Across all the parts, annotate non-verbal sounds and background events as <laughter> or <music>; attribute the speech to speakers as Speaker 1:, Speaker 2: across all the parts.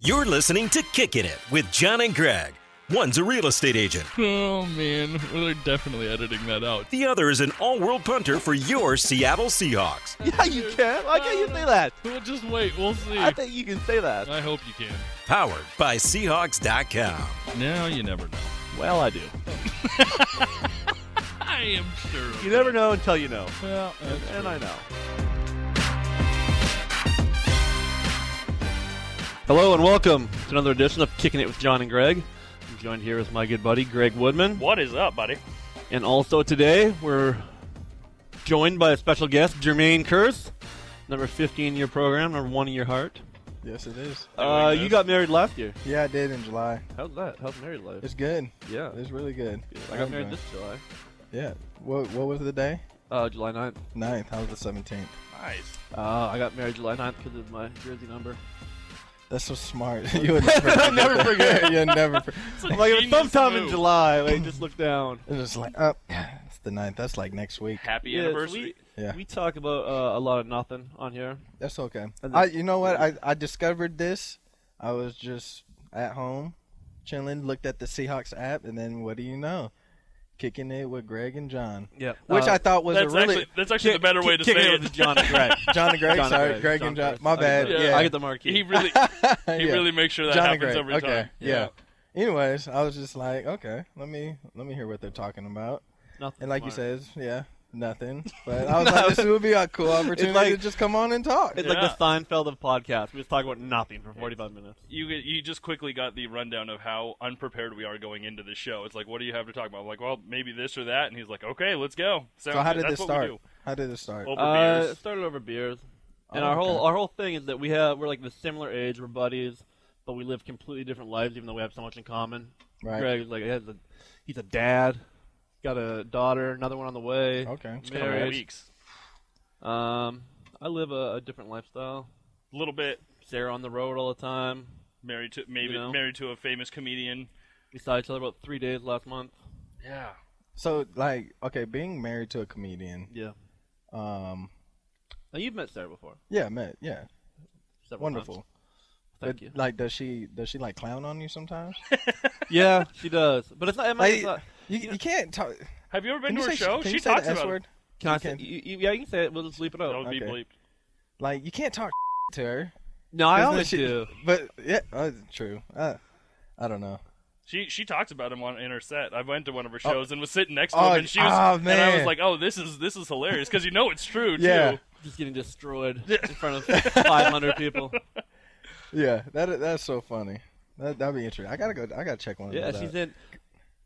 Speaker 1: You're listening to Kickin' It with John and Greg. One's a real estate agent,
Speaker 2: Oh man, we're definitely editing that out.
Speaker 1: the other is an all world punter for your Seattle Seahawks.
Speaker 3: <laughs> Yeah, you can. Why can't you say that?
Speaker 2: We'll just wait. We'll see.
Speaker 3: I
Speaker 2: I,
Speaker 3: think you can say that.
Speaker 2: hope you can.
Speaker 1: Powered by Seahawks.com.
Speaker 2: Now you never know.
Speaker 3: Well, I do.
Speaker 2: I am sure. of
Speaker 3: You
Speaker 2: it.
Speaker 3: never know until you know.
Speaker 2: Well, that's
Speaker 3: And
Speaker 2: true.
Speaker 3: I know. Hello and welcome to another edition of Kicking It with John and Greg. I'm joined here with my good buddy Greg Woodman.
Speaker 4: What is up, buddy?
Speaker 3: And also today we're joined by a special guest, Jermaine Curse, number 15 in your program, number one in your heart.
Speaker 5: Yes, it is.
Speaker 3: Uh, you got married last year.
Speaker 5: Yeah, I did in July.
Speaker 3: How's that? How's married life?
Speaker 5: It's good.
Speaker 3: yeah.
Speaker 5: It's really good.
Speaker 3: I got
Speaker 5: I'm
Speaker 3: married
Speaker 5: done.
Speaker 3: this July.
Speaker 5: Yeah. What What was the day?
Speaker 3: Uh, July 9th.
Speaker 5: 9th. How was the seventeenth?
Speaker 4: Nice.
Speaker 3: Uh, I got married July 9th because of my jersey number.
Speaker 5: That's
Speaker 3: <laughs>
Speaker 5: so smart. <laughs> you would never forget.
Speaker 3: Never
Speaker 5: that.
Speaker 3: forget.
Speaker 5: <laughs> You'll never. For-
Speaker 2: It's a
Speaker 3: Like
Speaker 2: genius
Speaker 3: sometime in
Speaker 2: move.
Speaker 3: July, like
Speaker 4: <laughs>
Speaker 3: just look down.
Speaker 5: it's just like, oh, it's the 9th. That's like next week.
Speaker 4: Happy
Speaker 3: so
Speaker 4: anniversary.
Speaker 3: we,
Speaker 5: Yeah.
Speaker 3: we talk about uh, a lot of nothing on here.
Speaker 5: That's okay.
Speaker 3: And
Speaker 5: I. You know what? I I discovered this. I was just at home, chilling. Looked at the Seahawks app, and then what do you know? Kicking it with Greg and John,
Speaker 3: Yeah,
Speaker 5: which I thought was
Speaker 4: That's
Speaker 5: a really
Speaker 4: actually that's actually the better way to
Speaker 3: kick
Speaker 4: say
Speaker 3: it. with <laughs>
Speaker 4: it.
Speaker 3: John and Greg.
Speaker 5: John and Greg.
Speaker 3: John and
Speaker 5: sorry, Greg, and John.
Speaker 3: Curtis.
Speaker 5: My
Speaker 3: I get
Speaker 5: bad.
Speaker 3: the-
Speaker 4: yeah.
Speaker 3: I get the marquee. <laughs>
Speaker 4: He really
Speaker 5: yeah.
Speaker 4: he really makes sure that
Speaker 5: John and
Speaker 4: happens
Speaker 5: Greg.
Speaker 4: every
Speaker 5: okay.
Speaker 4: time.
Speaker 5: Yeah. Anyways, I was just like, okay, let me let me hear what they're talking about.
Speaker 3: nothing
Speaker 5: And like you
Speaker 3: smart.
Speaker 5: said, it's- yeah,
Speaker 4: <laughs>
Speaker 5: nothing. But I was like, this would be a cool opportunity
Speaker 3: like-
Speaker 5: to just come on and talk.
Speaker 3: it's
Speaker 4: Yeah.
Speaker 3: like the Seinfeld of podcasts. We just talk about nothing for 45 minutes.
Speaker 4: You you just quickly got the rundown of how unprepared we are going into the show. It's like, what do you have to talk about? I'm like, well, maybe this or that, and he's like, okay, let's go.
Speaker 5: So how did
Speaker 4: that's
Speaker 5: this
Speaker 4: what we
Speaker 5: start? How did it start?
Speaker 4: do. Over
Speaker 3: Uh, it
Speaker 4: beers.
Speaker 3: started over beers,
Speaker 5: Oh,
Speaker 3: and our whole
Speaker 5: okay.
Speaker 3: our whole thing is that we have we're like the similar age, we're buddies, but we live completely different lives, even though we have so much in common.
Speaker 5: Right.
Speaker 3: Greg, like, has a, he's a dad, got a daughter, another one on the way.
Speaker 5: Okay.
Speaker 4: It's been a couple
Speaker 3: married.
Speaker 4: weeks.
Speaker 3: Um, I live a, a different lifestyle.
Speaker 4: A little bit
Speaker 3: Sarah on the road all the time.
Speaker 4: married to maybe
Speaker 3: You know?
Speaker 4: married to a famous comedian.
Speaker 3: We saw each other about three days last month.
Speaker 4: Yeah.
Speaker 5: So like, okay, being married to a comedian.
Speaker 3: Yeah.
Speaker 5: Um,
Speaker 3: Now you've met Sarah before.
Speaker 5: yeah, met, yeah,
Speaker 3: several
Speaker 5: wonderful.
Speaker 3: times. Thank
Speaker 5: But,
Speaker 3: you.
Speaker 5: Like, does she does she like clown on you
Speaker 4: <laughs>
Speaker 5: sometimes?
Speaker 3: yeah, she does, but it's not. It might,
Speaker 5: like,
Speaker 3: it's not
Speaker 5: you, you can't talk.
Speaker 4: Have you ever uh, been
Speaker 5: Can you
Speaker 4: to
Speaker 5: say
Speaker 4: her show?
Speaker 5: Can
Speaker 4: she
Speaker 5: you say
Speaker 4: talks
Speaker 5: the S
Speaker 4: about it.
Speaker 5: word?
Speaker 3: can I say?
Speaker 5: can-
Speaker 3: You, you- yeah, you can say it. We'll just leap it
Speaker 4: That
Speaker 3: out.
Speaker 4: would be
Speaker 5: Okay.
Speaker 4: bleeped.
Speaker 5: Like, you can't talk <laughs> to her.
Speaker 3: No, I
Speaker 5: Isn't
Speaker 3: always
Speaker 5: she- <laughs>
Speaker 3: do.
Speaker 5: But yeah, uh, true. Uh, I don't know.
Speaker 4: She she talks about him on in her set. I went to one of her shows and was sitting next to
Speaker 5: Oh,
Speaker 4: him, and she was,
Speaker 5: ah,
Speaker 4: and I
Speaker 5: man.
Speaker 4: was like, "Oh, this is this is hilarious," because you know it's true
Speaker 5: <laughs> Yeah.
Speaker 4: too.
Speaker 3: Just getting
Speaker 5: <laughs>
Speaker 3: destroyed in front of 500 people.
Speaker 5: Yeah, that that's so funny. That that'd be interesting. I gotta go. I gotta check one.
Speaker 3: Yeah,
Speaker 5: of those
Speaker 3: she's
Speaker 5: out.
Speaker 3: in.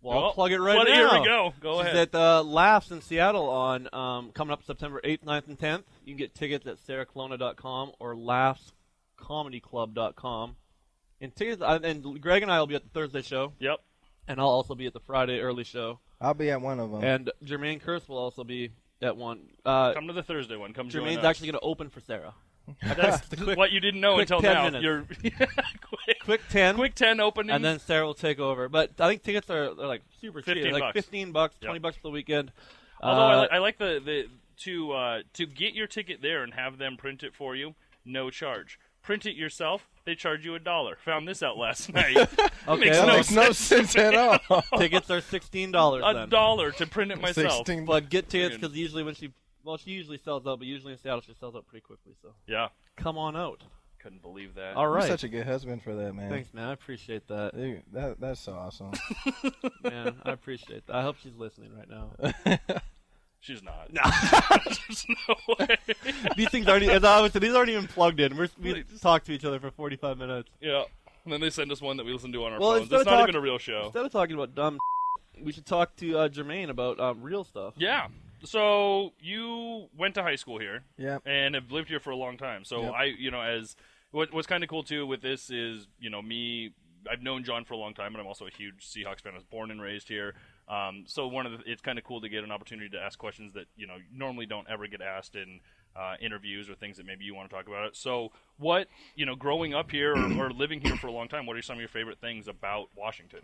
Speaker 3: Well, I'll
Speaker 4: Well,
Speaker 3: plug it right
Speaker 4: well,
Speaker 3: now.
Speaker 4: Here we go. Go
Speaker 3: She's
Speaker 4: ahead.
Speaker 3: at uh, Laughs in Seattle on um, coming up September 8th, 9th, and 10th. You can get tickets at sarahcolonna.com or laughscomedyclub.com. And tickets uh, and Greg and I will be at the Thursday show,
Speaker 4: yep.
Speaker 3: and I'll also be at the Friday early show,
Speaker 5: I'll be at one of them.
Speaker 3: and Jermaine Curse will also be at one. Uh,
Speaker 4: Come to the Thursday one. Come join
Speaker 3: Jermaine's <laughs>
Speaker 4: us.
Speaker 3: actually going to open for Sarah.
Speaker 4: That's
Speaker 3: quick-
Speaker 4: what you didn't know
Speaker 3: quick
Speaker 4: until
Speaker 3: 10
Speaker 4: now.
Speaker 3: minutes.
Speaker 4: You're <laughs> quick,
Speaker 3: Quick ten,
Speaker 4: quick ten opening.
Speaker 3: and then Sarah will take over. But I think tickets are, are like super cheap,
Speaker 4: 15
Speaker 3: like
Speaker 4: bucks.
Speaker 3: fifteen bucks,
Speaker 4: Yep.
Speaker 3: twenty bucks for the weekend.
Speaker 4: although
Speaker 3: Uh,
Speaker 4: I, li- I like the the to uh, to get your ticket there and have them print it for you, no charge. Print it yourself. They charge you a dollar. Found this out last <laughs> night.
Speaker 3: Okay,
Speaker 4: makes
Speaker 5: that
Speaker 4: no
Speaker 5: makes
Speaker 4: <laughs>
Speaker 5: no sense at all.
Speaker 3: tickets are sixteen dollars.
Speaker 4: a dollar to print it
Speaker 5: <laughs>
Speaker 4: myself. <laughs>
Speaker 5: Sixteen.
Speaker 3: But get tickets
Speaker 4: Friggin'.
Speaker 3: because usually when she, well, she usually sells out, but usually in Seattle she sells out pretty quickly. So
Speaker 4: Yeah,
Speaker 3: come on out.
Speaker 4: couldn't believe that.
Speaker 3: All
Speaker 5: You're
Speaker 3: right.
Speaker 5: such a <laughs> good husband for that man.
Speaker 3: Thanks, man. I appreciate that.
Speaker 5: <laughs> Dude, that that's so awesome.
Speaker 3: man, I appreciate that. I hope she's listening right
Speaker 5: <laughs>
Speaker 3: now.
Speaker 4: She's not. <laughs> There's no way.
Speaker 3: these things aren't. e, As I always say, these aren't even plugged in. We're, we
Speaker 4: Please.
Speaker 3: talk to each other for forty-five minutes.
Speaker 4: Yeah. And then they send us one that we listen to on our
Speaker 3: Well,
Speaker 4: phones.
Speaker 3: instead
Speaker 4: It's
Speaker 3: of
Speaker 4: not
Speaker 3: talk-
Speaker 4: even a real show.
Speaker 3: Instead of talking about dumb, <laughs> we should talk to uh, Jermaine about um, real stuff.
Speaker 4: Yeah. So you went to high school here
Speaker 5: yeah.
Speaker 4: and have lived here for a long time. So
Speaker 5: Yep.
Speaker 4: I, you know, as what, what's kind of cool too with this is, you know, me. I've known John for a long time, and I'm also a huge Seahawks fan. I was born and raised here. Um, so one of the, it's kind of cool to get an opportunity to ask questions that you know normally don't ever get asked in uh, interviews or things that maybe you want to talk about. So what you know, growing up here or, or living here for a long time, what are some of your favorite things about Washington?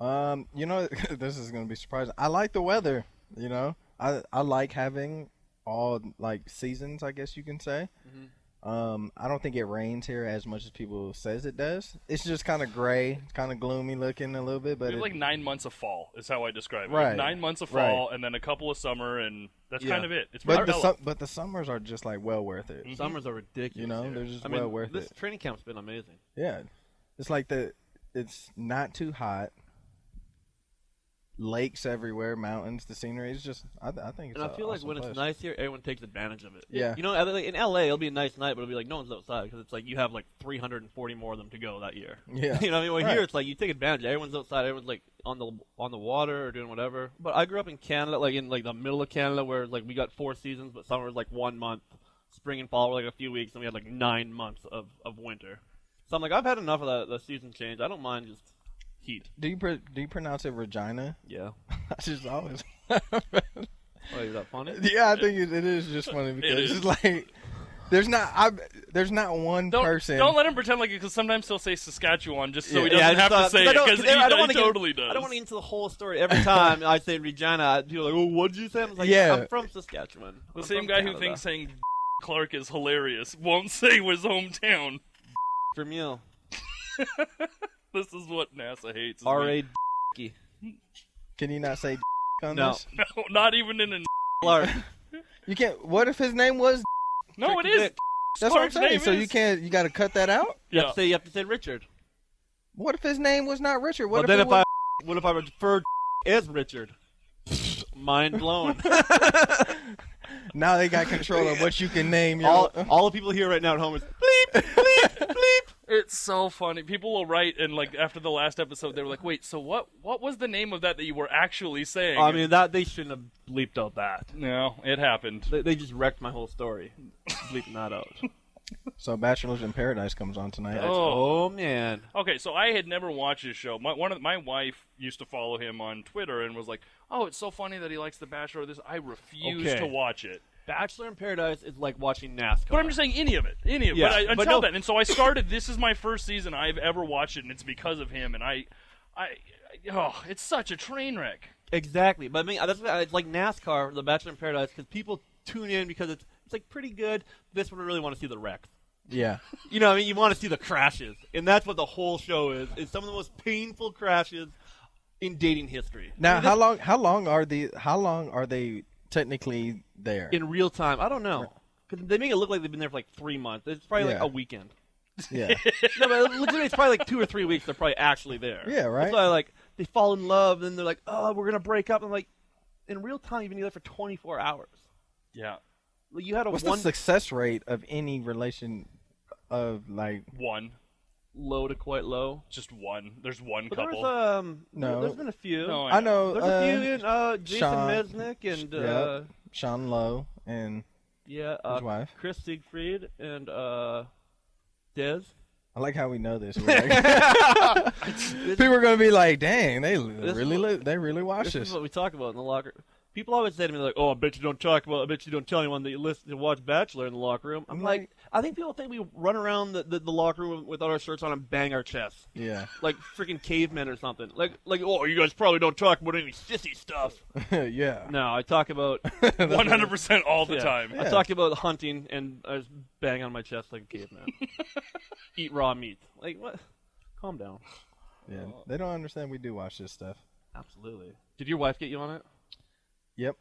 Speaker 5: Um, you know, <laughs> this is gonna be surprising. I like the weather. You know, I I like having all like seasons. I guess you can say.
Speaker 3: Mm-hmm.
Speaker 5: Um, I don't think it rains here as much as people says it does. It's just kind of gray, kind of gloomy looking a little bit, but
Speaker 4: It's
Speaker 5: it,
Speaker 4: like nine months of fall is how I describe it.
Speaker 5: Right.
Speaker 4: Nine months of fall, and then a couple of summer, and that's
Speaker 3: Yeah.
Speaker 4: kind of it. It's
Speaker 5: but the
Speaker 4: pretty mellow.
Speaker 5: sum, but the summers are just like well worth it.
Speaker 3: Summers are ridiculous.
Speaker 5: You know,
Speaker 3: here.
Speaker 5: they're just
Speaker 3: I mean,
Speaker 5: well worth
Speaker 3: this
Speaker 5: it.
Speaker 3: training camp's been amazing.
Speaker 5: Yeah, it's like the it's not too hot. Lakes everywhere, mountains, the scenery. It's just I, I think. It's
Speaker 3: And I
Speaker 5: a
Speaker 3: feel like
Speaker 5: awesome
Speaker 3: when it's
Speaker 5: place.
Speaker 3: nice here, everyone takes advantage of it.
Speaker 5: Yeah.
Speaker 3: You know, I- like in LA, it'll be a nice night, but it'll be like no one's outside because it's like you have like 340 more of them to go that year. <laughs>
Speaker 5: Yeah.
Speaker 3: you know, what I mean, well,
Speaker 5: Right.
Speaker 3: here it's like you take advantage. Everyone's outside. Everyone's like on the on the water or doing whatever. But I grew up in Canada, like in like the middle of Canada, where like we got four seasons, but summer was like one month. Spring and fall were like a few weeks, and we had like nine months of of winter. So I'm like, I've had enough of the, the season change. I don't mind just heat.
Speaker 5: Do you pr- do you pronounce it Regina?
Speaker 3: Yeah.
Speaker 5: <laughs> I just always.
Speaker 3: Oh, is that
Speaker 5: <laughs>
Speaker 3: funny?
Speaker 5: yeah, I think it, it is just funny because
Speaker 4: is.
Speaker 5: it's like there's not I there's not one
Speaker 4: Don't,
Speaker 5: person.
Speaker 4: don't let him pretend like it because sometimes he'll say Saskatchewan just so
Speaker 5: Yeah.
Speaker 4: he
Speaker 3: Yeah, I
Speaker 4: doesn't
Speaker 3: just
Speaker 4: have to
Speaker 3: thought-
Speaker 4: say
Speaker 3: I
Speaker 4: it
Speaker 3: don't-
Speaker 4: because he,
Speaker 3: I don't
Speaker 4: does-
Speaker 3: wanna get-
Speaker 4: totally does.
Speaker 3: I don't want to get into the whole story. Every time I say Regina, people are like, "Oh, what'd you say?" I was like,
Speaker 5: Yeah.
Speaker 3: "I'm from Saskatchewan."
Speaker 4: the
Speaker 3: I'm
Speaker 4: same
Speaker 3: from
Speaker 4: guy who
Speaker 3: Canada."
Speaker 4: thinks saying <laughs> Clark is hilarious won't <laughs> say his hometown.
Speaker 3: for meal
Speaker 4: This is what NASA hates. is
Speaker 3: R
Speaker 4: me. <laughs>
Speaker 3: A
Speaker 5: Can you not say on
Speaker 3: No.
Speaker 5: this?
Speaker 4: No, not even in a.
Speaker 3: Clark.
Speaker 5: You can't. What if his name was?
Speaker 4: No, it
Speaker 3: Tricky
Speaker 4: is.
Speaker 3: Dick.
Speaker 5: That's
Speaker 4: Clark's
Speaker 5: what I'm saying.
Speaker 4: name
Speaker 5: So
Speaker 4: is.
Speaker 5: you can't. You got to cut that out.
Speaker 3: You have
Speaker 4: Yeah.
Speaker 3: to say you have to say Richard.
Speaker 5: What if his name was not Richard? What
Speaker 3: but then
Speaker 5: if,
Speaker 3: if
Speaker 5: it was,
Speaker 3: I what if I refer as Richard? <laughs> Mind
Speaker 5: <laughs>
Speaker 3: blown.
Speaker 5: now they got control of what you can name. Your,
Speaker 3: all all the people here right now at home is bleep bleep bleep.
Speaker 4: It's so funny. People will write and like after the last episode, they were like, "Wait, so what? What was the name of that that you were actually saying?"
Speaker 3: I mean that they shouldn't have bleeped out that.
Speaker 4: no, it happened.
Speaker 3: They, they just wrecked my whole story, bleeping that out.
Speaker 5: <laughs> so Bachelor's in Paradise comes on tonight.
Speaker 4: <laughs> Oh.
Speaker 3: oh man.
Speaker 4: Okay, so I had never watched his show. My one of my wife used to follow him on Twitter and was like, "Oh, it's so funny that he likes The Bachelor." This I refuse
Speaker 3: Okay.
Speaker 4: to watch it.
Speaker 3: Bachelor in Paradise is like watching NASCAR.
Speaker 4: But I'm just saying any of it, any of
Speaker 3: Yeah,
Speaker 4: it. But I,
Speaker 3: but no-
Speaker 4: until then, and so I started. This is my first season I've ever watched it, and it's because of him. And I, I, I oh, it's such a train wreck.
Speaker 3: exactly. But I mean, that's what I- it's like NASCAR, The Bachelor in Paradise, because people tune in because it's it's like pretty good. This one I really want to see the wrecks.
Speaker 5: Yeah.
Speaker 3: You know, what I mean, you want to see the crashes, and that's what the whole show is. It's some of the most painful crashes in dating history. I
Speaker 5: Now
Speaker 3: mean,
Speaker 5: how long? How long are the? How long are they technically there?
Speaker 3: this- in real time, I don't know. Because they make it look like they've been there for like three months. It's probably
Speaker 5: Yeah.
Speaker 3: like a weekend. <laughs>
Speaker 4: <laughs>
Speaker 5: yeah.
Speaker 3: no, but literally, it's probably like two or three weeks. They're probably actually there.
Speaker 5: Yeah, right.
Speaker 3: That's why, like, they fall in love, and they're like, "Oh, we're gonna break up." And like, in real time, you've been together for 24 hours.
Speaker 4: Yeah,
Speaker 3: Like, you had a
Speaker 5: What's
Speaker 3: one
Speaker 5: the success rate of any relation of like?
Speaker 4: one,
Speaker 3: low to quite low.
Speaker 4: just one. There's one
Speaker 3: But there
Speaker 4: couple.
Speaker 3: was um,
Speaker 5: No.
Speaker 3: there's been a few.
Speaker 4: No, I
Speaker 5: I know.
Speaker 3: there's
Speaker 5: uh,
Speaker 3: a few in uh, Jason
Speaker 5: Sean-
Speaker 3: Mesnick and
Speaker 5: Yep.
Speaker 3: uh,
Speaker 5: Sean Lowe and
Speaker 3: yeah, uh,
Speaker 5: His wife.
Speaker 3: Chris Siegfried and uh, Dez.
Speaker 5: I like how we know this. We're like-
Speaker 3: <laughs>
Speaker 5: people are gonna be like, "Dang, they li-
Speaker 3: This
Speaker 5: really,
Speaker 3: is-
Speaker 5: li- they really watch
Speaker 3: This
Speaker 5: this."
Speaker 3: is what we talk about in the locker. People always say to me like, "Oh, I bet you don't talk about. I bet you don't tell anyone that you listen to watch Bachelor in the locker room." I'm like,
Speaker 5: Right.
Speaker 3: I think people think we run around the, the, the locker room without our shirts on and bang our chests
Speaker 5: Yeah, <laughs>
Speaker 3: like freaking cavemen or something. Like like, oh, you guys probably don't talk about any sissy stuff.
Speaker 5: yeah.
Speaker 3: No, I talk about
Speaker 4: <laughs> One hundred percent all the
Speaker 3: yeah,
Speaker 4: time.
Speaker 3: I talk about hunting and I just bang on my chest like a <laughs> caveman. Eat raw meat. Like what? Calm down.
Speaker 5: Yeah, they don't understand we do watch this stuff.
Speaker 3: Absolutely. Did your wife get you on it?
Speaker 5: Yep.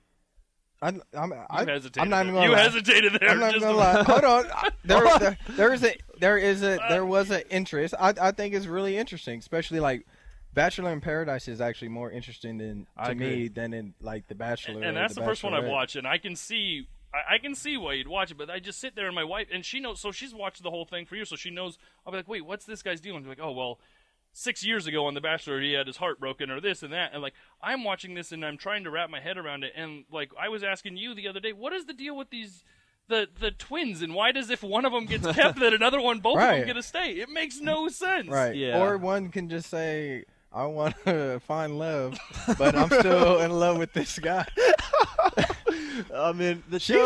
Speaker 5: I, I'm, I,
Speaker 4: You hesitated.
Speaker 5: I'm not even gonna
Speaker 4: there. you
Speaker 5: lie.
Speaker 4: hesitated
Speaker 5: <laughs>
Speaker 4: there.
Speaker 5: I'm not
Speaker 4: just
Speaker 5: gonna
Speaker 4: a-
Speaker 5: lie. Hold
Speaker 4: <laughs>
Speaker 5: on. I- There, there, there is a, there is a,
Speaker 4: Uh,
Speaker 5: there was an interest. I, I think it's really interesting, especially like Bachelor in Paradise is actually more interesting than to me than in like The Bachelor.
Speaker 4: and
Speaker 5: or
Speaker 4: that's the, first one I've
Speaker 5: Bachelorette.
Speaker 4: watched, and I can see. I I can see why you'd watch it, but I just sit there and my wife, and she knows, so she's watched the whole thing for years, so she knows. I'll be like, wait, what's this guy's dealing? She's like, oh, well, six years ago on The Bachelor, he had his heart broken, or this and that. And like, I'm watching this and I'm trying to wrap my head around it. And like, I was asking you the other day, what is the deal with these, the, the twins, and why does if one of them gets
Speaker 5: <laughs>
Speaker 4: kept, that another one, both of them
Speaker 5: Right.
Speaker 4: get to stay? It makes no sense.
Speaker 5: Right.
Speaker 3: Yeah.
Speaker 5: Or one can just say, I want to <laughs> find
Speaker 4: <laughs>
Speaker 5: love, but I'm still in love with this guy.
Speaker 3: I mean, the
Speaker 5: She's,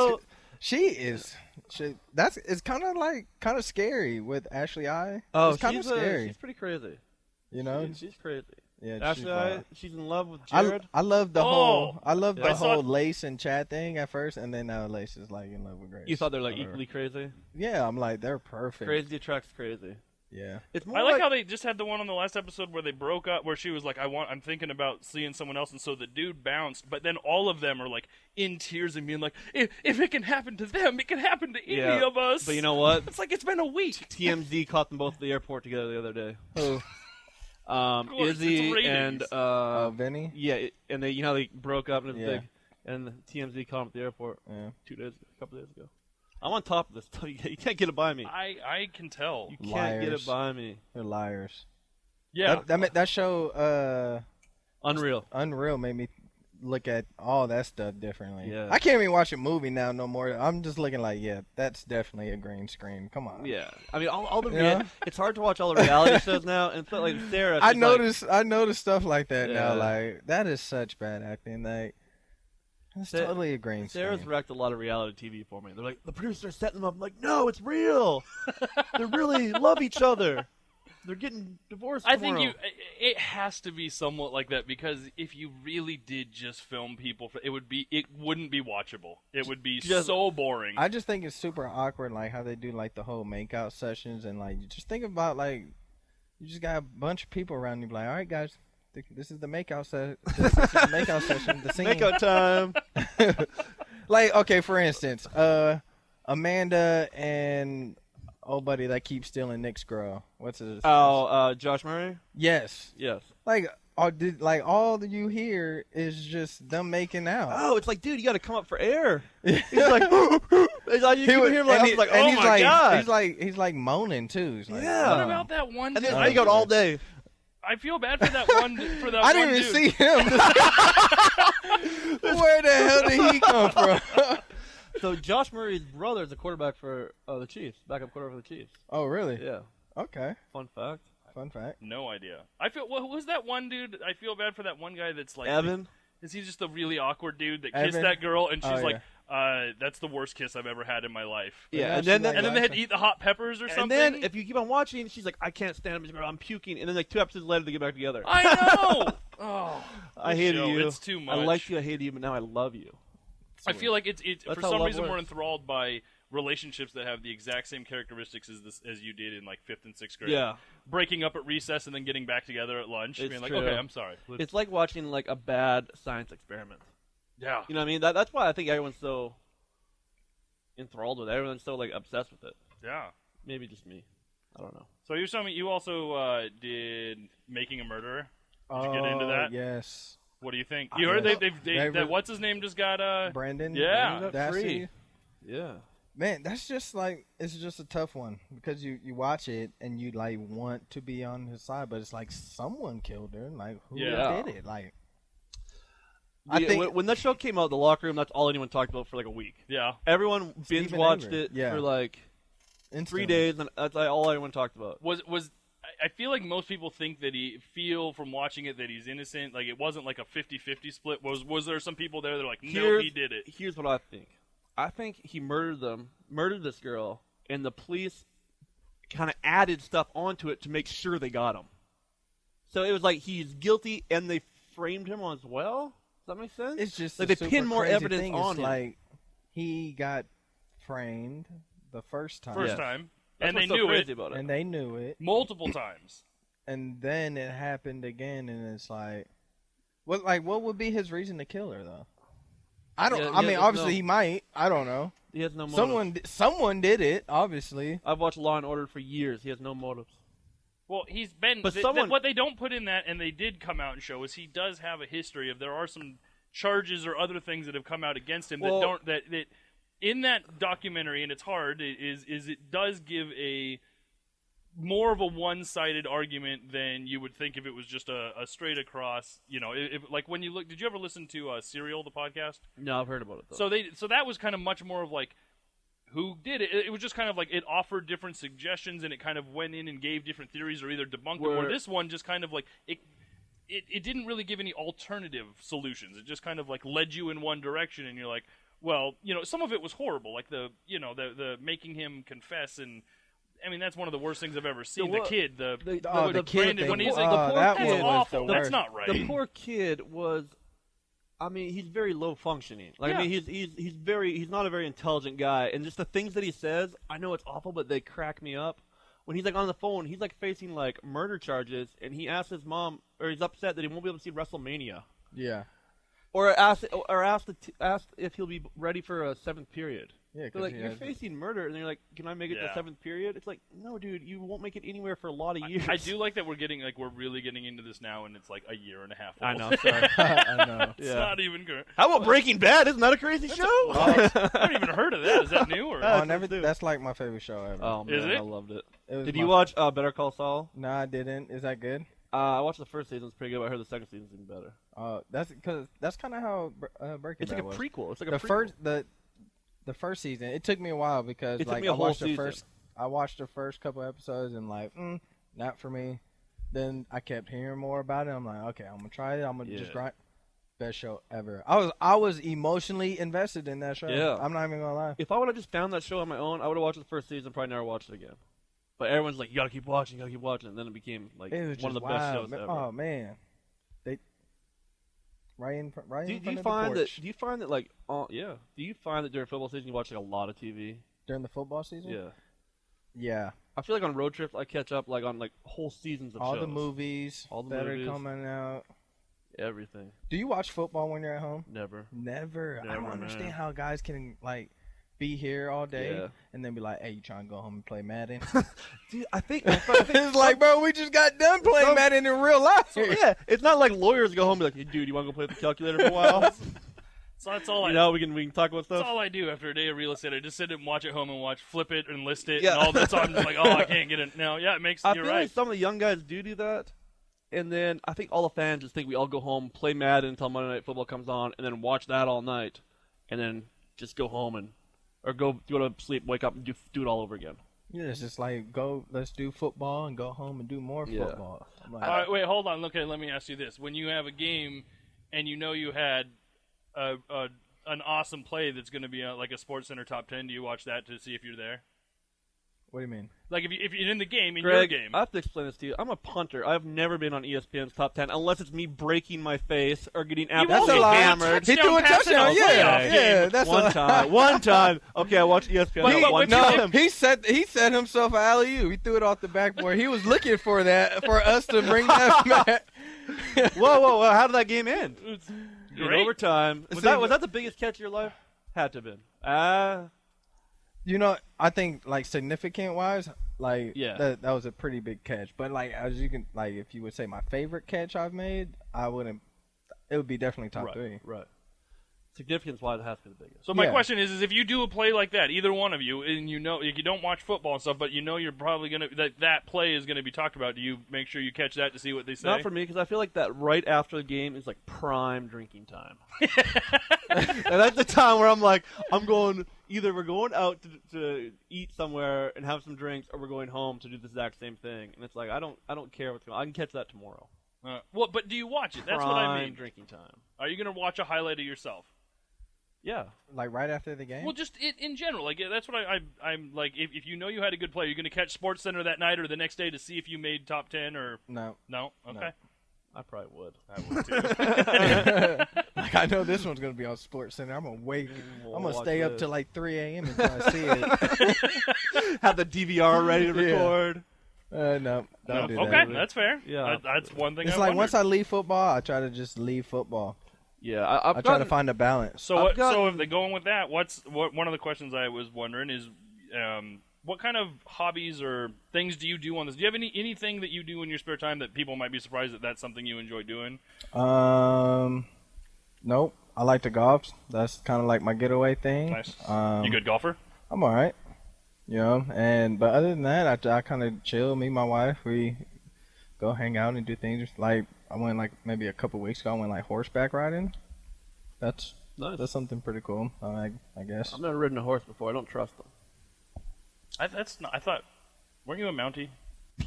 Speaker 5: she is. She, that's it's kind of like kind of scary with Ashley I.
Speaker 3: Oh,
Speaker 5: it's kind of
Speaker 3: she's, uh,
Speaker 5: scary.
Speaker 3: she's pretty crazy.
Speaker 5: you know.
Speaker 3: She's crazy.
Speaker 5: Yeah,
Speaker 3: Ashley,
Speaker 5: fly.
Speaker 3: I, she's in love with
Speaker 5: I,
Speaker 3: Jared.
Speaker 5: I love the
Speaker 4: Oh!
Speaker 5: whole I love the
Speaker 4: I saw-
Speaker 5: whole Lace and Chad thing at first, and then now Lace is like in love with Grace.
Speaker 3: you thought they're like
Speaker 5: Whatever.
Speaker 3: equally crazy.
Speaker 5: Yeah, I'm like they're perfect.
Speaker 3: Crazy attracts crazy.
Speaker 5: Yeah,
Speaker 3: It's more
Speaker 4: I like how they just had the one on the last episode where they broke up, where she was like, "I want, I'm thinking about seeing someone else," and so the dude bounced. But then all of them are like in tears and being like, "If, if it can happen to them, it can happen to any
Speaker 3: Yeah,
Speaker 4: of
Speaker 3: <laughs>
Speaker 4: us."
Speaker 3: But you know what?
Speaker 4: it's like it's been
Speaker 3: <laughs>
Speaker 4: a week.
Speaker 3: TMZ caught them both at the airport together the other day. Um,
Speaker 4: course, it's
Speaker 3: Izzy
Speaker 4: ratings.
Speaker 3: and uh,
Speaker 5: uh, Vinny.
Speaker 3: yeah, it- and they you know how they broke up and it was
Speaker 5: Yeah.
Speaker 3: big, and TMZ caught them at the airport
Speaker 5: Yeah.
Speaker 3: two days, a couple days ago. I'm on top of this. <laughs> You can't get it by me.
Speaker 4: I I can tell.
Speaker 3: You can't get
Speaker 5: Liars.
Speaker 3: it by me.
Speaker 5: They're liars.
Speaker 4: Yeah,
Speaker 5: That that, ma- that show uh,
Speaker 3: Unreal.
Speaker 5: Unreal made me look at all that stuff differently.
Speaker 3: Yeah.
Speaker 5: I can't even watch a movie now no more. I'm just looking like, yeah, that's definitely a green screen. Come on.
Speaker 3: Yeah, I mean, all, all the
Speaker 5: Yeah.
Speaker 3: rea- it's hard to watch all the
Speaker 5: <laughs>
Speaker 3: reality shows now, and so like Sarah,
Speaker 5: I
Speaker 3: she's
Speaker 5: notice I notice stuff like that
Speaker 3: Yeah.
Speaker 5: now. Like that is such bad acting. Like it's
Speaker 3: Sa-
Speaker 5: totally a green
Speaker 3: Like, Sarah's
Speaker 5: screen.
Speaker 3: wrecked a lot of reality TV for me. They're like, the producer set them up. I'm like, no, it's
Speaker 5: <laughs>
Speaker 3: real. they really love each other. They're getting divorced.
Speaker 4: I think
Speaker 3: tomorrow.
Speaker 4: you. It has to be somewhat like that because if you really did just film people, for, it would be. It wouldn't be watchable. It would be
Speaker 3: Just-
Speaker 4: so boring.
Speaker 5: I just think it's super awkward, like how they do like the whole makeout sessions and like you just think about like you just got a bunch of people around you, be like all right, guys, th- this is the makeout session. This
Speaker 3: <laughs>
Speaker 5: is the makeout session. The scene.
Speaker 3: Makeout
Speaker 5: <laughs>
Speaker 3: time.
Speaker 5: like okay, for instance, uh, Amanda and old buddy that keeps stealing Nick's girl. What's his?
Speaker 3: oh, uh, Josh Murray.
Speaker 5: yes,
Speaker 3: Yes.
Speaker 5: like. All, did, like all that you hear is just them making out.
Speaker 3: Oh, it's like, dude, you got to come up for air. He's like, <laughs> It's like, you
Speaker 5: He
Speaker 3: can
Speaker 5: was-
Speaker 3: hear him like,
Speaker 5: and
Speaker 3: I
Speaker 5: he-
Speaker 3: was like,
Speaker 5: and
Speaker 3: oh
Speaker 5: he's
Speaker 3: my
Speaker 5: like,
Speaker 3: god.
Speaker 5: he's like, he's like moaning too. He's like,
Speaker 3: Yeah.
Speaker 4: what
Speaker 5: "Oh."
Speaker 4: about that one?
Speaker 3: and
Speaker 4: dude?
Speaker 3: then
Speaker 5: Oh,
Speaker 3: I got all day.
Speaker 4: I feel bad for that one.
Speaker 3: <laughs>
Speaker 4: For that.
Speaker 5: I
Speaker 4: one
Speaker 5: didn't even see
Speaker 4: dude.
Speaker 5: him. <laughs> Where the hell did he come from?
Speaker 3: So Josh Murray's brother is a quarterback for uh, the Chiefs, backup quarterback for the Chiefs.
Speaker 5: <laughs> oh, really?
Speaker 3: Yeah.
Speaker 5: Okay.
Speaker 3: Fun fact.
Speaker 5: Fun fact.
Speaker 4: No idea. I feel. What was that one dude? I feel bad for that one guy that's like.
Speaker 3: Evan.
Speaker 4: Is he just the really awkward dude that kissed
Speaker 5: Evan?
Speaker 4: that girl and she's
Speaker 5: Oh,
Speaker 4: like, uh, "That's the worst kiss I've ever had in my life."
Speaker 3: Yeah, and
Speaker 5: Actually,
Speaker 3: then
Speaker 5: like,
Speaker 4: And then they had to
Speaker 5: actually-
Speaker 4: eat the hot peppers or
Speaker 3: and
Speaker 4: something.
Speaker 3: then if you keep on watching, she's like, I can't stand him. I'm puking. And then like two episodes later, they get back together.
Speaker 4: <laughs> I know.
Speaker 3: <laughs>
Speaker 4: oh,
Speaker 3: I
Speaker 4: this
Speaker 3: hated
Speaker 4: show,
Speaker 3: you.
Speaker 4: It's too much.
Speaker 3: I liked you. I hated you, but now I love you.
Speaker 4: I feel like it's it,
Speaker 3: That's
Speaker 4: for
Speaker 3: how
Speaker 4: some
Speaker 3: love
Speaker 4: reason we're
Speaker 3: works.
Speaker 4: enthralled by relationships that have the exact same characteristics as this as you did in like fifth and sixth grade.
Speaker 3: Yeah.
Speaker 4: breaking up at recess and then getting back together at lunch.
Speaker 3: It's
Speaker 4: being like,
Speaker 3: true.
Speaker 4: okay, I'm sorry. Let's-
Speaker 3: It's like watching like a bad science experiment.
Speaker 4: yeah,
Speaker 3: You know what I mean? That, that's why I think everyone's so enthralled with it. Everyone's so like obsessed with it.
Speaker 4: yeah.
Speaker 3: Maybe just me. I don't know.
Speaker 4: So you're telling me you also uh, did making a murderer. Did you get into
Speaker 5: Oh,
Speaker 4: that?
Speaker 5: Yes.
Speaker 4: What do you think?
Speaker 3: I
Speaker 4: You heard they,
Speaker 3: don't-
Speaker 4: they've, they,
Speaker 5: They
Speaker 4: that
Speaker 5: re-
Speaker 4: what's his name just got uh
Speaker 5: Brandon.
Speaker 4: Yeah.
Speaker 5: Brandon
Speaker 3: That's
Speaker 5: Dassey?
Speaker 3: free. Yeah.
Speaker 5: Man, that's just like it's just a tough one because you you watch it and you like want to be on his side, but it's like someone killed her. and, Like who
Speaker 4: Yeah.
Speaker 5: did it? Like I
Speaker 3: Yeah,
Speaker 5: think-
Speaker 3: when, when that show came out, the locker room. That's all anyone talked about for like a week.
Speaker 4: yeah
Speaker 3: Everyone binge watched
Speaker 5: Avery.
Speaker 3: it
Speaker 5: Yeah.
Speaker 3: for like
Speaker 5: instantly.
Speaker 3: three days, and that's like, all anyone talked about.
Speaker 4: was was I- I feel like most people think that he feel from watching it that he's innocent. Like it wasn't like a 50-50 split. Was was there some people there that are like, no,
Speaker 3: Here's-
Speaker 4: he did it.
Speaker 3: Here's what I think. I think he murdered them, murdered this girl, and the police kind of added stuff onto it to make sure they got him. So it was like he's guilty, and they framed him as well. Does that make sense?
Speaker 5: It's just
Speaker 3: like
Speaker 5: a
Speaker 3: they pin
Speaker 5: super
Speaker 3: more
Speaker 5: crazy
Speaker 3: evidence
Speaker 5: thing.
Speaker 3: on
Speaker 5: it's
Speaker 3: him.
Speaker 5: Like he got framed the first time,
Speaker 4: First
Speaker 3: Yes.
Speaker 4: time,
Speaker 3: That's
Speaker 4: and they
Speaker 3: what's so
Speaker 4: knew
Speaker 3: crazy
Speaker 4: it
Speaker 3: about it.
Speaker 5: and they knew it,
Speaker 4: multiple times.
Speaker 5: and then it happened again, and it's like, what? Like, what would be his reason to kill her though? I don't.
Speaker 3: Yeah,
Speaker 5: I
Speaker 3: yeah,
Speaker 5: mean,
Speaker 3: there's
Speaker 5: obviously
Speaker 3: no-
Speaker 5: he might. I don't know.
Speaker 3: he has no motive.
Speaker 5: Someone, di- someone did it. Obviously,
Speaker 3: I've watched Law and Order for years. He has no motives.
Speaker 4: Well, he's been.
Speaker 3: But
Speaker 4: th- th-
Speaker 3: someone-
Speaker 4: what they don't put in that, and they did come out and show, is he does have a history of there are some charges or other things that have come out against him
Speaker 3: Well-
Speaker 4: that don't that that in that documentary, and it's hard. i- Is is it does give a more of a one-sided argument than you would think if it was just a, a straight across. You know, if, if- like when you look, did you ever listen to uh, Serial, the podcast?
Speaker 3: No, I've heard about it though.
Speaker 4: So they so that was kind of much more of like who did it. It it was just kind of like it offered different suggestions and it kind of went in and gave different theories or either debunked them or
Speaker 3: Where-
Speaker 4: this one just kind of like it. It, it didn't really give any alternative solutions. It just kind of like led you in one direction, and you're "Oh, like, well, you know, some of it was horrible, like the you know the the making him confess and I mean, that's one of the worst things I've ever seen. The,
Speaker 3: what-
Speaker 4: kid, the,
Speaker 3: the- the-
Speaker 5: Oh, the,
Speaker 3: the
Speaker 5: kid
Speaker 4: Brandon
Speaker 5: thing.
Speaker 4: when he's
Speaker 3: poor-
Speaker 4: like,
Speaker 3: the
Speaker 5: oh,
Speaker 3: poor
Speaker 5: that
Speaker 3: kid
Speaker 5: one
Speaker 4: that's
Speaker 3: was
Speaker 4: awful.
Speaker 5: the
Speaker 4: That's
Speaker 5: worst.
Speaker 4: not right.
Speaker 3: the poor kid was I mean, he's very low functioning. Like I
Speaker 4: Yeah.
Speaker 3: mean, he's he's he's very he's not a very intelligent guy and just the things that he says, I know it's awful but they crack me up. When he's like on the phone, he's like facing like murder charges and he asks his mom or he's upset that he won't be able to see WrestleMania.
Speaker 5: Yeah, <laughs>
Speaker 3: Or asked or asked the t- asked if he'll be ready for a seventh period.
Speaker 5: Yeah, 'cause
Speaker 3: they're like
Speaker 5: he
Speaker 3: you're
Speaker 5: has-
Speaker 3: facing murder, and they're like, "Can I make it
Speaker 4: Yeah.
Speaker 3: to seventh period?" It's like, no, dude, you won't make it anywhere for a lot of years.
Speaker 4: I do like that we're getting like we're really getting into this now, and it's like a year and a half.
Speaker 3: <laughs>
Speaker 4: Old.
Speaker 3: I know. Sorry.
Speaker 5: I know.
Speaker 4: <laughs> it's
Speaker 3: Yeah.
Speaker 4: not even good.
Speaker 3: How about Breaking Bad? Isn't that a crazy show?
Speaker 4: I haven't even heard of that. Is that new
Speaker 3: <laughs>
Speaker 4: or?
Speaker 5: On every, that's like my favorite show ever.
Speaker 3: oh man,
Speaker 4: Is it?
Speaker 3: I loved it.
Speaker 5: It was
Speaker 3: Did
Speaker 5: my-
Speaker 3: you watch uh, Better Call Saul?
Speaker 5: No, I didn't. Is that good?
Speaker 3: Uh, I watched the first season; it's pretty good. But I heard the second season's even better.
Speaker 5: Uh, that's because that's kind of how Br- uh, Breaking
Speaker 3: It's
Speaker 5: Bad
Speaker 3: like a
Speaker 5: was.
Speaker 3: prequel. It's like
Speaker 5: the
Speaker 3: a prequel.
Speaker 5: first the the first season. It took me a while because
Speaker 3: It took
Speaker 5: like
Speaker 3: me a
Speaker 5: I watched
Speaker 3: whole
Speaker 5: the
Speaker 3: season.
Speaker 5: first. I watched the first couple episodes and like, mm, not for me. Then I kept hearing more about it. I'm like, okay, I'm gonna try it. I'm gonna
Speaker 3: Yeah.
Speaker 5: just grind. Best show ever. I was I was emotionally invested in that show.
Speaker 3: Yeah.
Speaker 5: I'm not even gonna lie.
Speaker 3: If I would have just found that show on my own, I would have watched the first season. Probably never watched it again. But everyone's like, "You gotta keep watching, you gotta keep watching," and then it became like
Speaker 5: It was
Speaker 3: one of
Speaker 5: just
Speaker 3: the best
Speaker 5: wild.
Speaker 3: shows ever.
Speaker 5: Oh man, they right in fr- right
Speaker 3: do,
Speaker 5: in
Speaker 3: do
Speaker 5: front
Speaker 3: you
Speaker 5: of the
Speaker 3: find that?
Speaker 5: porch.
Speaker 3: Do you find that like, uh, yeah? Do you find that during football season you watch like a lot of TV?
Speaker 5: during the football season.
Speaker 3: Yeah.
Speaker 5: yeah.
Speaker 3: I feel like on road trips I catch up like on like whole seasons of
Speaker 5: All the
Speaker 3: shows.
Speaker 5: movies
Speaker 3: All the
Speaker 5: that
Speaker 3: movies.
Speaker 5: are coming out.
Speaker 3: everything.
Speaker 5: Do you watch football when you're at home?
Speaker 3: Never.
Speaker 5: Never. I
Speaker 3: Never,
Speaker 5: don't understand
Speaker 3: man.
Speaker 5: how guys can like be here all day
Speaker 3: Yeah.
Speaker 5: and then be like, "Hey, you trying to go home and
Speaker 3: <laughs>
Speaker 5: play Madden?"
Speaker 3: Dude, I think
Speaker 5: <laughs> it's like, bro, we just got done playing
Speaker 3: Some-
Speaker 5: Madden in real life.
Speaker 3: <laughs> yeah, it's not like lawyers go home and be like, hey, dude, you want to go play with the calculator for a
Speaker 5: <laughs>
Speaker 3: while?
Speaker 4: So that's all I.
Speaker 3: you know, we can we can talk about
Speaker 4: That's
Speaker 3: stuff.
Speaker 4: all I do after a day of real estate. I just sit and watch it home and watch, flip it and list it,
Speaker 3: Yeah.
Speaker 4: and all that. So I'm just like,
Speaker 3: <laughs>
Speaker 4: oh, I can't get it now. Yeah, it makes.
Speaker 3: I
Speaker 4: you're
Speaker 3: feel
Speaker 4: right.
Speaker 3: like some of the young guys do do that, and then I think all the fans just think we all go home, play Madden until Monday Night Football comes on, and then watch that all night, and then just go home and or go go to sleep, wake up, and do do it all over again.
Speaker 5: <laughs> Yeah, it's just like, go, let's do football and go home and do more
Speaker 3: Yeah.
Speaker 5: football. I'm like,
Speaker 4: All right, wait, hold on. Okay, let me ask you this: When you have a game and you know you had a, a an awesome play that's going to be uh like a Sports Center top ten, do you watch that to see if you're there?
Speaker 5: what do you mean?
Speaker 4: Like if you if you're in the game in
Speaker 3: Greg,
Speaker 4: your game.
Speaker 3: I have to explain this to you. I'm a punter. I've never been on E ESPN's top ten unless it's me breaking my face or getting
Speaker 4: won't
Speaker 3: absolutely
Speaker 4: be.
Speaker 3: hammered.
Speaker 5: He threw a
Speaker 4: pass in a
Speaker 5: touchdown. Yeah,
Speaker 4: playoff game.
Speaker 5: yeah, that's
Speaker 3: one
Speaker 5: a-
Speaker 3: time. One time. Okay, I watched E ESPN
Speaker 4: But-
Speaker 3: that
Speaker 4: but
Speaker 3: one
Speaker 4: with
Speaker 3: time.
Speaker 5: No, he set he set himself an alley oop. He threw it off the backboard. He was looking for that for us to
Speaker 3: <laughs>
Speaker 5: bring that back.
Speaker 3: whoa, whoa, whoa! How did that game end?
Speaker 4: It's
Speaker 3: In
Speaker 4: great.
Speaker 3: overtime. Was
Speaker 5: See,
Speaker 3: that was that the biggest catch of your life? Had to have been. Ah,
Speaker 5: You know, I think like significant wise, like
Speaker 3: Yeah.
Speaker 5: that, that was a pretty big catch. But like as you can like if you would say my favorite catch I've made, I wouldn't it would be definitely top three.
Speaker 3: right. Significance wise, it has to be the biggest.
Speaker 4: So my
Speaker 5: Yeah.
Speaker 4: question is: Is if you do a play like that, either one of you, and you know if you don't watch football and stuff, but you know you're probably gonna that that play is gonna be talked about. Do you make sure you catch that to see what they say?
Speaker 3: Not for me because I feel like that right after the game is like prime drinking
Speaker 4: <laughs>
Speaker 3: time, and that's the time where I'm like, I'm going either we're going out to, to eat somewhere and have some drinks, or we're going home to do the exact same thing. And it's like I don't I don't care what's going. on. I can catch that tomorrow.
Speaker 4: Uh, well, but do you watch it? That's what I
Speaker 3: Prime
Speaker 4: mean.
Speaker 3: Drinking time.
Speaker 4: Are you gonna watch a highlight of yourself?
Speaker 3: Yeah.
Speaker 5: Like right after the game.
Speaker 4: Well, just it, in general, like yeah, that's what I, I I'm like. If, if you know you had a good play, you're going to catch Sports Center that night or the next day to see if you made top ten or
Speaker 3: <laughs>
Speaker 5: no. <laughs>
Speaker 4: no. Okay,
Speaker 3: I probably would.
Speaker 5: Like I know this one's gonna be on Sports Center. I'm gonna wait
Speaker 3: We'll
Speaker 5: I'm gonna
Speaker 3: watch
Speaker 5: stay up
Speaker 3: this.
Speaker 5: till like three AM until I see
Speaker 3: <laughs>
Speaker 5: it.
Speaker 3: <laughs> Have the DVR ready <laughs> to
Speaker 5: Yeah.
Speaker 3: record.
Speaker 5: Uh, no,
Speaker 4: No,
Speaker 5: don't do
Speaker 4: okay,
Speaker 5: that.
Speaker 4: that's fair.
Speaker 3: Yeah.
Speaker 4: That- that's one thing.
Speaker 5: It's
Speaker 4: I
Speaker 5: like
Speaker 4: wondered.
Speaker 5: once I leave football, I try to just leave football.
Speaker 3: Yeah, I, I've
Speaker 5: I try
Speaker 3: gotten-
Speaker 5: to find a balance.
Speaker 4: So
Speaker 3: I've
Speaker 4: what,
Speaker 3: got-
Speaker 4: so if they're going with that, what's what one of the questions I was wondering is, um, what kind of hobbies or things do you do on this? Do you have any anything that you do in your spare time that people might be surprised that that's something you enjoy doing?
Speaker 5: Um, nope. I like to golf. That's kind of like my getaway thing.
Speaker 4: Nice.
Speaker 5: Um,
Speaker 4: you good golfer?
Speaker 5: I'm all right. You know, and but other than that, I, I kind of chill. Me and my wife, we go hang out and do things. Like I went like maybe a couple weeks ago. I went like horseback riding. That's
Speaker 3: Nice.
Speaker 5: that's something pretty cool. I I guess.
Speaker 3: I've
Speaker 4: Um,
Speaker 3: never ridden a horse before. I don't trust them.
Speaker 4: I, that's not, I thought. Weren't you a Mountie?
Speaker 3: <laughs>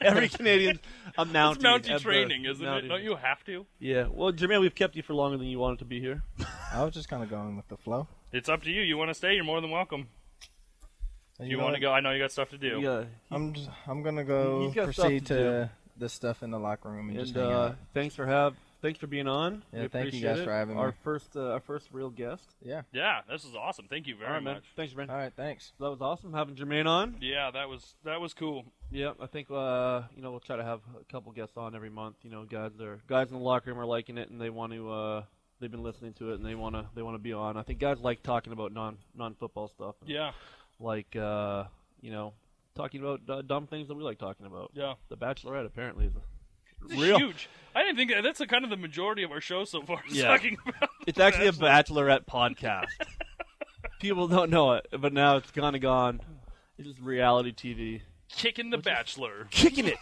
Speaker 3: Every Canadian's a mountie.
Speaker 4: It's Mountie
Speaker 3: at
Speaker 4: training,
Speaker 3: birth.
Speaker 4: isn't
Speaker 3: Mountie.
Speaker 4: it? Don't you have to?
Speaker 3: Yeah. Well, Jermaine, we've kept you for longer than you wanted to be here.
Speaker 5: I was just kind of going with the flow.
Speaker 4: It's up to you. You want to stay? You're more than welcome. Do you want to go? I know you got stuff to do.
Speaker 3: Yeah.
Speaker 5: I'm just, I'm gonna go
Speaker 3: He's got stuff
Speaker 5: proceed
Speaker 3: to
Speaker 5: to, the stuff in the locker room and, just
Speaker 3: And
Speaker 5: hang
Speaker 3: uh,
Speaker 5: out.
Speaker 3: thanks for have thanks for being on.
Speaker 5: Yeah,
Speaker 3: We
Speaker 5: thank you guys
Speaker 3: appreciate it.
Speaker 5: for having me.
Speaker 3: Our first uh, our first real guest.
Speaker 5: Yeah.
Speaker 4: Yeah, this is awesome. Thank you very
Speaker 3: All right, man.
Speaker 4: much.
Speaker 3: Thanks, Jermaine.
Speaker 5: All right. Thanks.
Speaker 3: That was awesome having Jermaine on.
Speaker 4: Yeah, that was that was cool.
Speaker 3: Yeah, I think uh, you know we'll try to have a couple guests on every month. You know, guys are guys in the locker room are liking it and they want to. Uh, they've been listening to it and they want to they want to be on. I think guys like talking about non non football stuff. and
Speaker 4: Yeah,
Speaker 3: Like uh, you know, talking about uh, dumb things that we like talking about.
Speaker 4: yeah.
Speaker 3: The Bachelorette apparently is. A,
Speaker 4: This is
Speaker 3: Real.
Speaker 4: huge. I didn't think that's a, kind of the majority of our show so far. is
Speaker 3: Yeah.
Speaker 4: talking about <laughs>
Speaker 3: it's actually a
Speaker 4: Bachelor.
Speaker 3: Bachelorette podcast.
Speaker 4: <laughs>
Speaker 3: People don't know it, but now it's kind of gone. It's just reality TV.
Speaker 4: kicking the Bachelor.
Speaker 3: Kicking it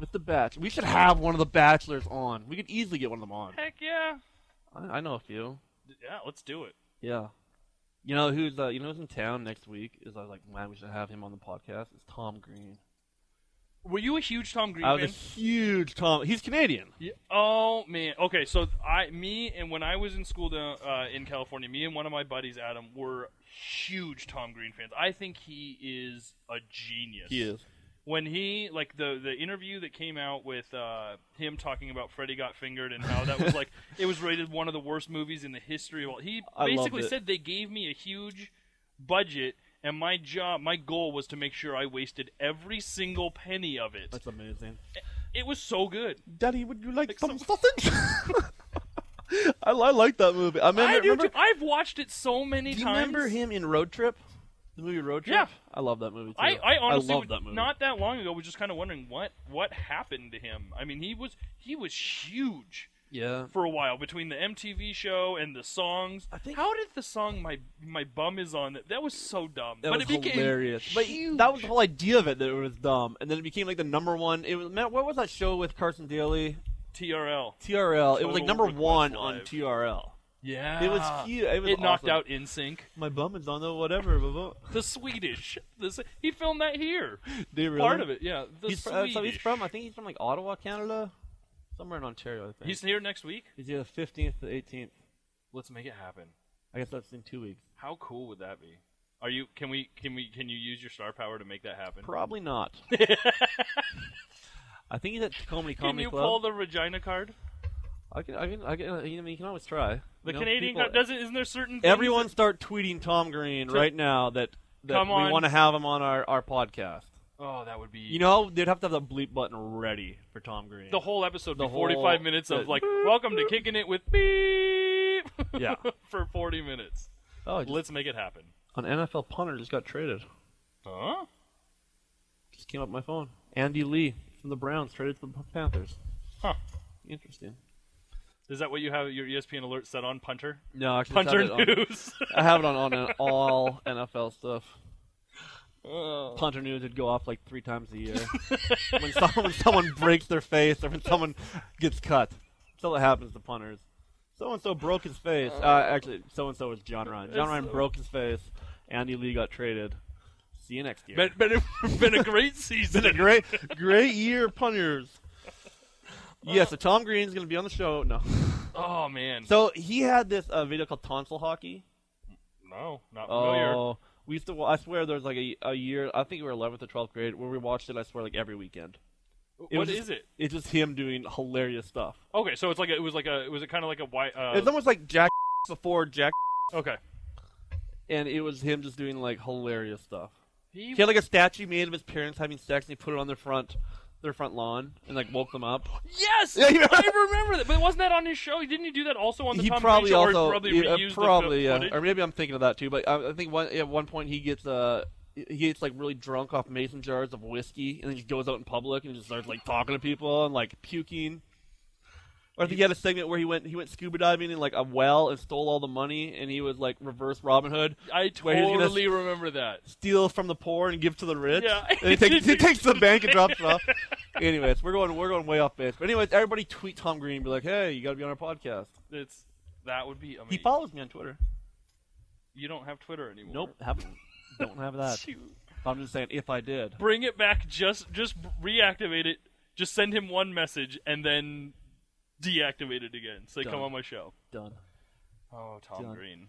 Speaker 3: with the batch. We should have one of the Bachelors on. We could easily get one of them on.
Speaker 4: Heck yeah,
Speaker 3: I, I know a few.
Speaker 4: yeah. Let's do it.
Speaker 3: Yeah. You know who's uh, you know who's in town next week? Is I was like, man, we should have him on the podcast. It's Tom Green.
Speaker 4: Were you a huge Tom Green
Speaker 3: I was a
Speaker 4: fan?
Speaker 3: huge Tom. He's Canadian.
Speaker 4: Yeah. Oh man. Okay, so I, me, and when I was in school down, uh, in California, me and one of my buddies, Adam, were huge Tom Green fans. I think he is a genius.
Speaker 3: He is.
Speaker 4: When he like the the interview that came out with uh, him talking about Freddy Got Fingered and how that was like <laughs> it was rated one of the worst movies in the history of all. He
Speaker 3: I loved
Speaker 4: basically
Speaker 3: it.
Speaker 4: said they gave me a huge budget. And my job, my goal was to make sure I wasted every single penny of it.
Speaker 3: That's amazing.
Speaker 4: It was so good.
Speaker 3: Daddy, would you like,
Speaker 4: some <laughs>
Speaker 3: sausage? I, I like that movie. I remember.
Speaker 4: I do.
Speaker 3: remember-
Speaker 4: too. I've watched it so many
Speaker 3: Do you
Speaker 4: times.
Speaker 3: remember him in Road Trip? The movie Road Trip?
Speaker 4: Yeah.
Speaker 3: I love that movie too.
Speaker 4: I, I honestly
Speaker 3: love
Speaker 4: would-
Speaker 3: that movie.
Speaker 4: not that long ago was just kind of wondering what what happened to him. I mean, he was he was huge
Speaker 3: yeah.
Speaker 4: for a while between the MTV show and the songs.
Speaker 3: I think-
Speaker 4: How did the song my my bum is on that? That was so dumb.
Speaker 3: That
Speaker 4: but
Speaker 3: was
Speaker 4: it became
Speaker 3: hilarious. But that was the whole idea of it that it was dumb. And then it became like the number one it was man, what was that show with Carson Daly?
Speaker 4: TRL.
Speaker 3: TRL. It was like
Speaker 4: Total
Speaker 3: number
Speaker 4: Request
Speaker 3: one
Speaker 4: Live.
Speaker 3: on TRL.
Speaker 4: Yeah,
Speaker 3: It was huge. It was
Speaker 4: It knocked
Speaker 3: awesome.
Speaker 4: out In Sync.
Speaker 3: My bum is on the whatever. blah, <laughs> blah.
Speaker 4: The Swedish. The, S- he filmed that here.
Speaker 3: They really-
Speaker 4: Part of it. Yeah. The
Speaker 3: He's, fr- uh,
Speaker 4: Swedish.
Speaker 3: so he's from I think he's from like Ottawa, Canada. Somewhere in Ontario, I think.
Speaker 4: He's here next week.
Speaker 3: he's either fifteenth to eighteenth.
Speaker 4: Let's make it happen.
Speaker 3: I guess that's in two weeks.
Speaker 4: How cool would that be? Are you? Can we? Can we? Can you use your star power to make that happen?
Speaker 3: Probably
Speaker 4: <laughs>
Speaker 3: not. I think he's at Comedy
Speaker 4: can
Speaker 3: Comedy
Speaker 4: you
Speaker 3: Club.
Speaker 4: pull the Regina card?
Speaker 3: I can, I can, I can. I mean, you can always try.
Speaker 4: The
Speaker 3: You know,
Speaker 4: Canadian
Speaker 3: people-
Speaker 4: card doesn't. Isn't there certain? things
Speaker 3: Everyone start tweeting Tom Green right now that, that
Speaker 4: Come
Speaker 3: we
Speaker 4: on.
Speaker 3: want to have him on our, our podcast.
Speaker 4: that- oh, that would be.
Speaker 3: You know, they'd have to have the bleep button ready for Tom Green.
Speaker 4: the whole episode,
Speaker 3: The
Speaker 4: be forty-five
Speaker 3: whole-
Speaker 4: minutes of
Speaker 3: the-
Speaker 4: like, welcome to kicking it with beep. <laughs>
Speaker 3: Yeah.
Speaker 4: for forty minutes.
Speaker 3: oh, just,
Speaker 4: Let's make it happen.
Speaker 3: an NFL punter just got traded.
Speaker 4: Huh?
Speaker 3: Just came up my phone. Andy Lee from the Browns traded to the Panthers.
Speaker 4: Huh.
Speaker 3: Interesting.
Speaker 4: Is that what you have your E ESPN alert set on? Punter.
Speaker 3: No, I actually just
Speaker 4: Punter
Speaker 3: have it on- <laughs>
Speaker 4: news.
Speaker 3: I have it on, on an all NFL stuff. Punter news would go off like three times a year <laughs> when, someone, when someone breaks their face or when someone gets cut. That's what happens to punters. So and so broke his face. Uh, actually, so and so was John Ryan. John Ryan broke his face. Andy Lee got traded. See you next year.
Speaker 4: been,
Speaker 3: <laughs>
Speaker 4: been, a, been a great season.
Speaker 3: great, great year, punters. Yeah, so Tom Green's going to be on the show. No.
Speaker 4: <laughs> Oh man.
Speaker 3: So he had this uh, video called Tonsil Hockey.
Speaker 4: no, not familiar.
Speaker 3: Oh, we used to. wa- I swear, there was like a, a year. I think we were 11th or 12th grade where we watched it. I swear, like every weekend. It
Speaker 4: what
Speaker 3: was
Speaker 4: is
Speaker 3: just-
Speaker 4: it?
Speaker 3: It's just him doing hilarious stuff.
Speaker 4: Okay, so it's like a, it was like a was it kind of like a white. Uh,
Speaker 3: it's almost like Jack <laughs> before Jack, <laughs>
Speaker 4: okay.
Speaker 3: and it was him just doing like hilarious stuff. He had like a statue made of his parents having sex, and he put it on their front, their front lawn, and like woke them up.
Speaker 4: Yes,
Speaker 3: Yeah, you know-
Speaker 4: I remember that. But wasn't that on his show? Didn't he do that also on the
Speaker 3: he
Speaker 4: Tom
Speaker 3: probably
Speaker 4: Green show,
Speaker 3: also
Speaker 4: or probably
Speaker 3: yeah,
Speaker 4: reused
Speaker 3: probably
Speaker 4: the
Speaker 3: yeah,
Speaker 4: fo- footage?
Speaker 3: or maybe I'm thinking of that too. But I, I think one at one point he gets uh he gets like really drunk off mason jars of whiskey, and then he goes out in public and just starts like talking to people and like puking. Or I think he had a segment where he went he went scuba diving in like a well and stole all the money, and he was like reverse Robin Hood,
Speaker 4: I
Speaker 3: where he's gonna-
Speaker 4: totally remember that.
Speaker 3: steal from the poor and give to the rich.
Speaker 4: Yeah.
Speaker 3: and he takes he takes the bank and drops it
Speaker 4: <laughs>
Speaker 3: off. Anyways, we're going we're going way off base. But anyways, everybody tweet Tom Green and be like, hey, you got to be on our podcast.
Speaker 4: It's that would be. I mean,
Speaker 3: He follows me on Twitter.
Speaker 4: you don't have Twitter anymore.
Speaker 3: Nope, haven't. Don't have that.
Speaker 4: Shoot.
Speaker 3: <laughs> I'm just saying, if I did,
Speaker 4: Bring it back. Just just reactivate it. Just send him one message and then deactivate it again. Say,
Speaker 3: Done.
Speaker 4: come on my show.
Speaker 3: done.
Speaker 4: Oh, Tom
Speaker 3: Done.
Speaker 4: Green.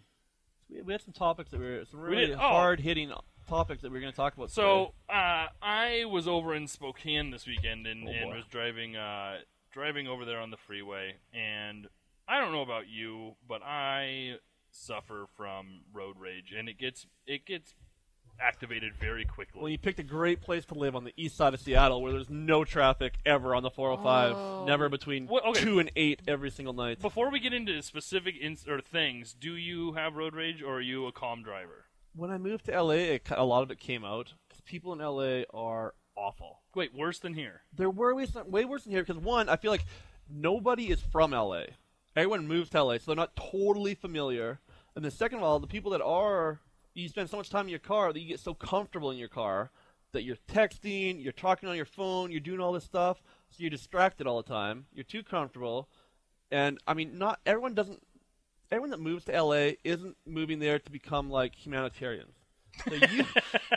Speaker 3: We, we had some topics that were some
Speaker 4: did-
Speaker 3: really
Speaker 4: oh.
Speaker 3: hard hitting topics that we were going to talk about.
Speaker 4: So uh, I was over in Spokane this weekend and,
Speaker 3: Oh,
Speaker 4: and
Speaker 3: boy.
Speaker 4: was driving uh, driving over there on the freeway and I don't know about you, but I suffer from road rage and it gets it gets activated very quickly.
Speaker 3: Well, you picked a great place to live on the east side of Seattle, where there's no traffic ever on the 405, never between
Speaker 4: Well, okay.
Speaker 3: two and eight every single night.
Speaker 4: Before we get into specific ins- or things, do you have road rage or are you a calm driver?
Speaker 3: When I moved to LA, it, ki- a lot of it came out 'cause people in LA are awful.
Speaker 4: Wait, worse than here.
Speaker 3: They're way worse, than, way worse than here because one, I feel like nobody is from LA. Everyone moves to LA, so they're not totally familiar. And then second of all, the people that are, you spend so much time in your car that you get so comfortable in your car that you're texting, you're talking on your phone, you're doing all this stuff, so you're distracted all the time. You're too comfortable, and I mean, not everyone doesn't. Everyone that moves to LA isn't moving there to become like humanitarians. They're, u-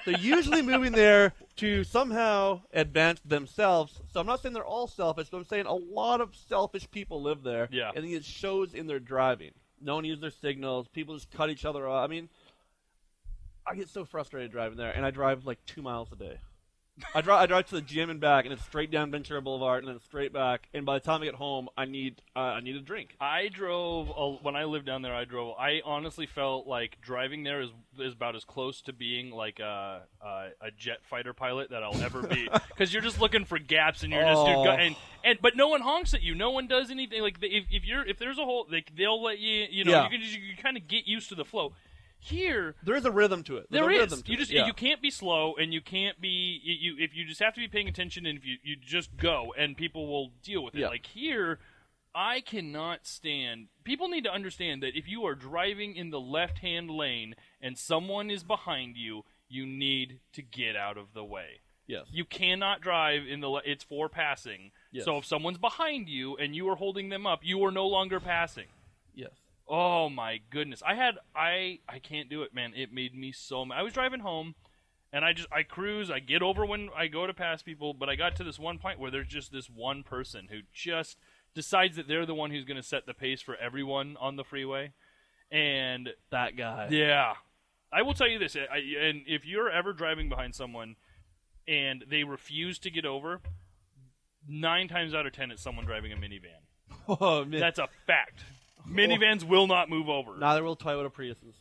Speaker 3: they're usually moving there to somehow advance themselves. So I'm not saying they're all selfish, but I'm saying a lot of selfish people live there.
Speaker 4: Yeah.
Speaker 3: And it shows in their driving. No one uses their signals. People just cut each other off. I mean, I get so frustrated driving there, and I drive like two miles a day. I drive, I drive to the gym and back, and it's straight down Ventura Boulevard, and then straight back. And by the time I get home, I need uh, I need a drink.
Speaker 4: I drove a, when I lived down there. I drove. I honestly felt like driving there is is about as close to being like a a, a jet fighter pilot that I'll ever
Speaker 3: <laughs>
Speaker 4: be. Because you're just looking for gaps and you're just dude, go,
Speaker 3: Oh.
Speaker 4: and and but no one honks at you. No one does anything. Like if, if you're if there's a hole, they, they'll let you. You know,
Speaker 3: Yeah.
Speaker 4: you can just, you kind of get used to the flow. Here,
Speaker 3: There is a rhythm to it. There's
Speaker 4: there
Speaker 3: a
Speaker 4: is.
Speaker 3: Rhythm to
Speaker 4: You
Speaker 3: it,
Speaker 4: just
Speaker 3: yeah.
Speaker 4: you can't be slow, and you can't be you you- if you just have to be paying attention, and if you you just go, and people will deal with it.
Speaker 3: Yeah.
Speaker 4: Like here, I cannot stand. People need to understand that if you are driving in the left hand lane and someone is behind you, you need to get out of the way.
Speaker 3: Yes. <laughs>
Speaker 4: You cannot drive in the. Le- it's for passing.
Speaker 3: Yes.
Speaker 4: So if someone's behind you and you are holding them up, you are no longer passing.
Speaker 3: Yes.
Speaker 4: Oh my goodness. I had I I can't do it, man. It made me so mad. I was driving home and I just I cruise, I get over when I go to pass people, but I got to this one point where there's just this one person who just decides that they're the one who's going to set the pace for everyone on the freeway. And
Speaker 3: That guy.
Speaker 4: yeah. I will tell you this, I, and if you're ever driving behind someone and they refuse to get over, 9 times out of 10 it's someone driving a minivan.
Speaker 3: Oh man.
Speaker 4: That's a <laughs> fact. Minivans will not move over.
Speaker 3: Neither will Toyota Priuses.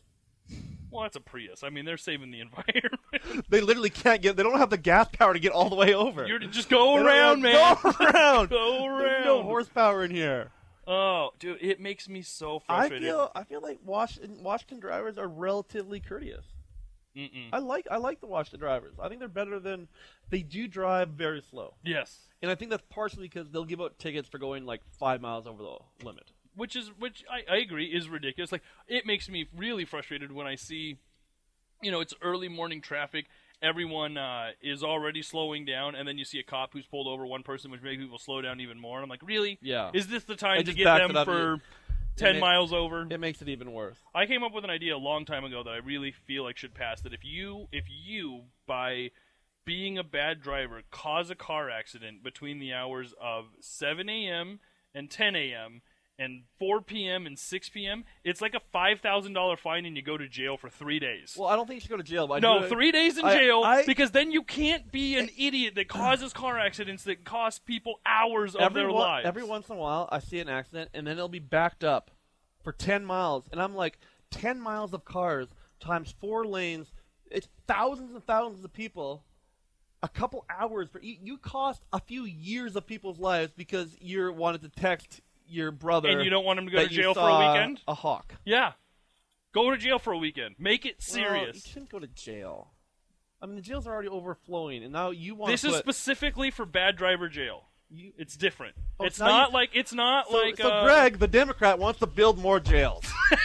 Speaker 4: Well, that's a Prius. I mean, they're saving <laughs> the environment.
Speaker 3: <laughs> They literally can't get. They don't have the gas power to get all the way over.
Speaker 4: <laughs> You're just go
Speaker 3: They don't
Speaker 4: around, man.
Speaker 3: have- <laughs> Go around.
Speaker 4: Go
Speaker 3: There's no
Speaker 4: around.
Speaker 3: horsepower in here.
Speaker 4: oh, dude, it makes me so
Speaker 3: I
Speaker 4: frustrated.
Speaker 3: feel I feel like Washington Washington drivers are relatively courteous.
Speaker 4: Mm-mm.
Speaker 3: I like I like the Washington drivers. I think they're better than they do drive very slow,
Speaker 4: Yes,
Speaker 3: and I think that's partially because they'll give out tickets for going like five miles over the limit.
Speaker 4: which is which I, I agree is ridiculous. Like it makes me really frustrated when I see, you know, it's early morning traffic. Everyone uh, is already slowing down, and then you see a cop who's pulled over one person, which makes people slow down even more. And I'm like, really?
Speaker 3: Yeah.
Speaker 4: Is this the time
Speaker 3: And
Speaker 4: to
Speaker 3: just
Speaker 4: get
Speaker 3: backs
Speaker 4: them
Speaker 3: it up.
Speaker 4: for
Speaker 3: It-
Speaker 4: ten
Speaker 3: it-
Speaker 4: miles over?
Speaker 3: It makes it even worse.
Speaker 4: I came up with an idea a long time ago that I really feel like should pass. That if you, if you, by being a bad driver, cause a car accident between the hours of 7 a.m. and 10 a.m. and 4 p.m. and 6 p.m., it's like a five thousand dollar fine, and you go to jail for three days.
Speaker 3: Well, I don't think you should go to jail. But I
Speaker 4: no,
Speaker 3: do-
Speaker 4: three days in
Speaker 3: I-
Speaker 4: jail
Speaker 3: I-
Speaker 4: because then you can't be an idiot that causes car accidents that cost people hours of
Speaker 3: every
Speaker 4: their
Speaker 3: one-
Speaker 4: lives.
Speaker 3: Every once in a while, I see an accident, and then it'll be backed up for 10 miles, and I'm like, 10 miles of cars times four lanes, it's thousands and thousands of people. A couple hours for e, you, you cost a few years of people's lives because you wanted to text your brother,
Speaker 4: And you don't want him to go
Speaker 3: that
Speaker 4: to
Speaker 3: you
Speaker 4: jail for a
Speaker 3: saw
Speaker 4: weekend?
Speaker 3: A hawk.
Speaker 4: yeah, go to jail for a weekend. Make it
Speaker 3: Well, you
Speaker 4: serious.
Speaker 3: shouldn't go to jail. I mean, the jails are already overflowing, and now you want
Speaker 4: This
Speaker 3: to
Speaker 4: is
Speaker 3: put,
Speaker 4: specifically for bad driver jail.
Speaker 3: you-
Speaker 4: It's different.
Speaker 3: Oh,
Speaker 4: it's
Speaker 3: it's not
Speaker 4: not
Speaker 3: even-
Speaker 4: like it's not
Speaker 3: So,
Speaker 4: like
Speaker 3: so
Speaker 4: uh,
Speaker 3: Greg, the Democrat, wants to build more jails.
Speaker 4: <laughs>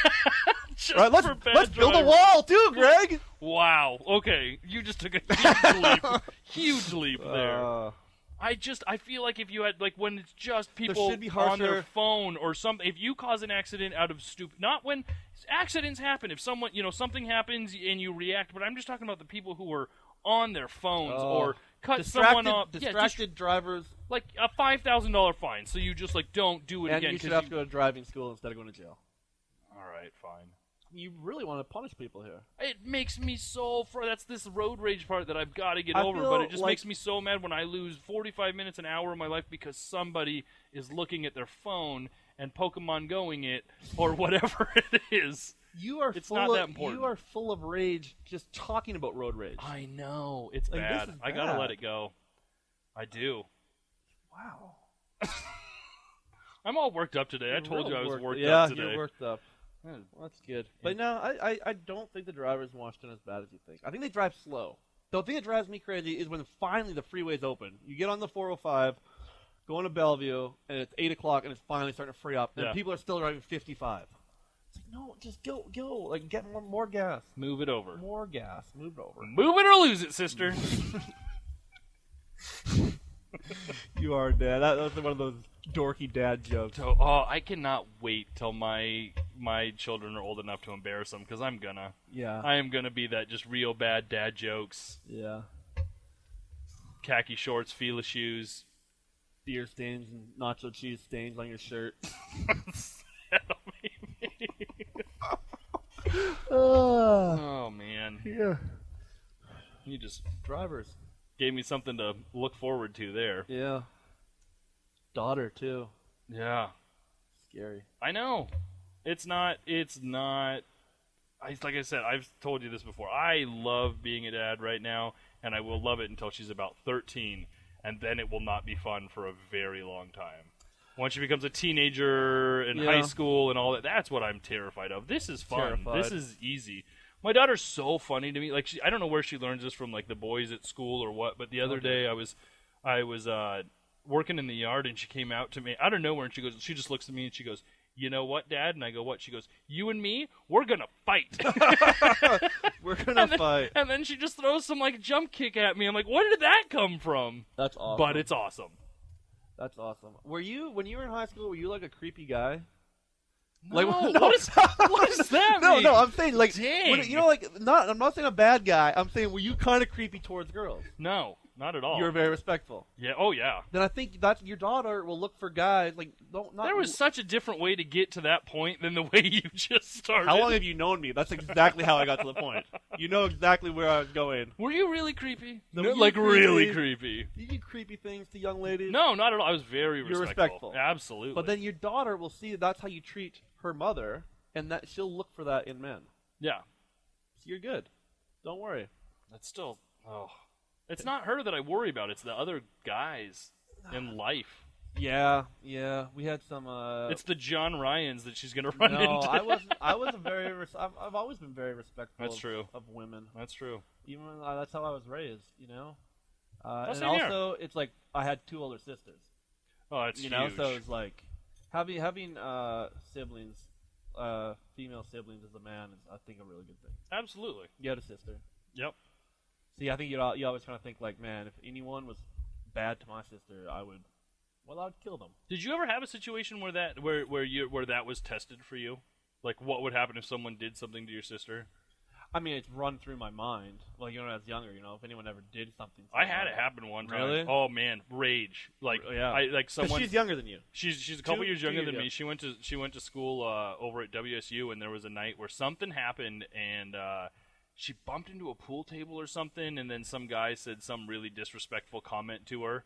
Speaker 4: just
Speaker 3: right? Let's
Speaker 4: for bad
Speaker 3: let's build a
Speaker 4: drivers.
Speaker 3: wall too, Greg.
Speaker 4: Wow. Okay, you just took a huge
Speaker 3: <laughs>
Speaker 4: leap. Huge leap there.
Speaker 3: Uh,
Speaker 4: I just I feel like if you had like when it's just people
Speaker 3: should be
Speaker 4: on their
Speaker 3: harsher-
Speaker 4: phone or something. If you cause an accident out of stupid, not when accidents happen. If someone you know something happens and you react, but I'm just talking about the people who were on their phones
Speaker 3: Oh.
Speaker 4: or cut someone
Speaker 3: distracted
Speaker 4: off. Yeah, just
Speaker 3: distracted drivers,
Speaker 4: like a five thousand dollar fine. So you just like don't do it
Speaker 3: and
Speaker 4: again.
Speaker 3: you
Speaker 4: 'cause
Speaker 3: should have to go to driving school instead of going to jail.
Speaker 4: All right, fine.
Speaker 3: you really want to punish people here.
Speaker 4: It makes me so fr- that's this road rage part that I've got to get
Speaker 3: I
Speaker 4: over, but
Speaker 3: feel
Speaker 4: it just
Speaker 3: like-
Speaker 4: makes me so mad when I lose 45 minutes an hour of my life because somebody is looking at their phone and Pokemon going it or <laughs> whatever it is.
Speaker 3: You are
Speaker 4: It's
Speaker 3: full
Speaker 4: not
Speaker 3: of,
Speaker 4: that important.
Speaker 3: You are full of rage just talking about road rage.
Speaker 4: I know it's
Speaker 3: Like, this
Speaker 4: bad.
Speaker 3: is
Speaker 4: I gotta
Speaker 3: bad.
Speaker 4: let it go. I do.
Speaker 3: wow.
Speaker 4: I'm all worked up today. I
Speaker 3: You're
Speaker 4: told you
Speaker 3: real
Speaker 4: I was worked,
Speaker 3: yeah,
Speaker 4: up today.
Speaker 3: you're worked up. Well, that's good. But no, I, I, I don't think the drivers in Washington are as bad as you think. I think they drive slow. The thing that drives me crazy is when finally the freeway's open. You get on the 405, going to Bellevue, and it's 8 o'clock, and it's finally starting to free up, and
Speaker 4: Yeah.
Speaker 3: people are still driving 55. It's like, no, just go, go. Like, get more, more gas.
Speaker 4: Move it over.
Speaker 3: More gas. Move it over.
Speaker 4: Move it or lose it, sister.
Speaker 3: You are dad. That, was one of those dorky dad jokes.
Speaker 4: So, oh, I cannot wait till my my children are old enough to embarrass them because I'm gonna.
Speaker 3: Yeah.
Speaker 4: I am gonna be that just real bad dad jokes,
Speaker 3: yeah.
Speaker 4: khaki shorts, Fila shoes.
Speaker 3: Beer stains and nacho cheese stains on your shirt.
Speaker 4: That'll be me. oh man,
Speaker 3: Yeah.
Speaker 4: you just
Speaker 3: Drivers.
Speaker 4: gave me something to look forward to there.
Speaker 3: Yeah. Daughter too.
Speaker 4: Yeah,
Speaker 3: Scary.
Speaker 4: I know. It's not. It's not. I, like I said, I've told you this before. I love being a dad right now, and I will love it until she's about 13, and then it will not be fun for a very long time. Once she becomes a teenager in
Speaker 3: Yeah.
Speaker 4: high school and all that, that's what I'm terrified of. This is fun.
Speaker 3: Terrified.
Speaker 4: This is easy. My daughter's so funny to me. Like she, I don't know where she learns this from, like the boys at school or what. But the other day, I was, I was uh, working in the yard, and she came out to me out of nowhere, and she goes, she just looks at me, and she goes, "You know what, Dad?" And I go, "What?" She goes, "You and me, we're gonna
Speaker 3: <laughs>
Speaker 4: fight."
Speaker 3: <laughs> We're gonna fight.
Speaker 4: and then she just throws some like jump kick at me. I'm like, "Where did that come from?"
Speaker 3: That's awesome.
Speaker 4: But it's awesome.
Speaker 3: That's awesome. Were you when you were in high school? Were you like a creepy guy? <laughs>
Speaker 4: Like, what is what is that?
Speaker 3: No,
Speaker 4: mean?
Speaker 3: no. I'm saying like
Speaker 4: Dang.
Speaker 3: when- you know like not. I'm not saying a bad guy. I'm saying were you kind of creepy towards girls?
Speaker 4: no, not at all.
Speaker 3: You're very respectful.
Speaker 4: yeah, oh yeah.
Speaker 3: Then I think that your daughter will look for guys like don't. Not,
Speaker 4: There was such a different way to get to that point than the <laughs> way you just started.
Speaker 3: <laughs>
Speaker 4: <laughs>
Speaker 3: How long have you known me? That's exactly how I got to the point. You know exactly where I was going.
Speaker 4: Were you really creepy?
Speaker 3: No,
Speaker 4: No,
Speaker 3: you
Speaker 4: like
Speaker 3: creepy.
Speaker 4: really creepy.
Speaker 3: You do creepy things to young ladies.
Speaker 4: No, not at all. I was very
Speaker 3: You're
Speaker 4: respectful.
Speaker 3: respectful.
Speaker 4: Absolutely.
Speaker 3: But then your daughter will see that that's how you treat her mother, and that she'll look for that in men.
Speaker 4: yeah,
Speaker 3: So you're good. Don't worry.
Speaker 4: that's still. Oh, it's not her that I worry about. It's the other guys in life.
Speaker 3: Yeah, yeah. We had some. Uh, <laughs>
Speaker 4: It's the John Ryan's that she's gonna
Speaker 3: no,
Speaker 4: <laughs> run into.
Speaker 3: I was. I was a very. Res- I've, I've always been very respectful.
Speaker 4: That's
Speaker 3: of,
Speaker 4: true.
Speaker 3: Of women,
Speaker 4: That's true.
Speaker 3: even when I, that's how I was raised. You know. Uh,
Speaker 4: Oh,
Speaker 3: and
Speaker 4: same here.
Speaker 3: also, it's like I had two older sisters.
Speaker 4: Oh, it's
Speaker 3: you
Speaker 4: huge.
Speaker 3: know, so it's like having having uh, siblings, uh, female siblings as a man is, I think, a really good thing.
Speaker 4: Absolutely.
Speaker 3: You had a sister.
Speaker 4: Yep.
Speaker 3: See, I think you you always trying to think like, man, if anyone was bad to my sister, I would, well, I'd kill them.
Speaker 4: Did you ever have a situation where that where where you where that was tested for you? Like what would happen if someone did something to your sister?
Speaker 3: I mean, it's run through my mind. Like you know, when I was younger, you know, if anyone ever did something, to
Speaker 4: I
Speaker 3: me,
Speaker 4: had
Speaker 3: like-
Speaker 4: it happen one time.
Speaker 3: Uh, Really?
Speaker 4: Oh man, rage. Like
Speaker 3: Yeah.
Speaker 4: I like
Speaker 3: <laughs> 'Cause
Speaker 4: someone
Speaker 3: she's younger than you.
Speaker 4: She's she's a couple
Speaker 3: Two-
Speaker 4: years
Speaker 3: two
Speaker 4: younger
Speaker 3: years
Speaker 4: than me.
Speaker 3: ago.
Speaker 4: She went to she went to school uh, over at WSU, and there was a night where something happened, and uh, she bumped into a pool table or something, and then some guy said some really disrespectful comment to her,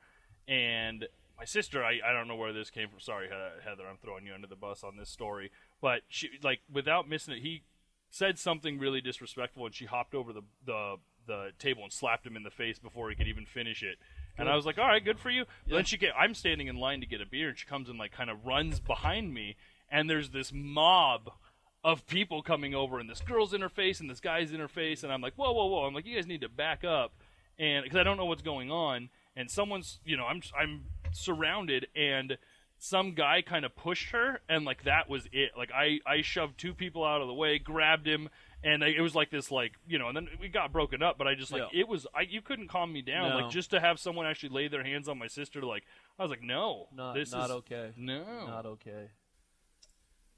Speaker 4: and my sister, I, I don't know where this came from. Sorry, He- Heather, I'm throwing you under the bus on this story, but she like without missing it, he said something really disrespectful, and she hopped over the the the table and slapped him in the face before he could even finish it. And I was like, "All right, good for you." But Then she get, I'm standing in line to get a beer, and she comes and like kind of runs behind me, and there's this mob of people coming over, and this girl's in her face, and this guy's in her face, and I'm like, "Whoa, whoa, whoa!" I'm like, "You guys need to back up," and because I don't know what's going on, and someone's, you know, I'm I'm surrounded, and some guy kind of pushed her and like that was it like i i shoved two people out of the way grabbed him and I, it was like this like you know and then we got broken up but i just like
Speaker 3: Yeah.
Speaker 4: it was i you couldn't calm me down
Speaker 3: No.
Speaker 4: like just to have someone actually lay their hands on my sister like i was like no
Speaker 3: Not
Speaker 4: this
Speaker 3: not
Speaker 4: is
Speaker 3: okay.
Speaker 4: no
Speaker 3: Not okay.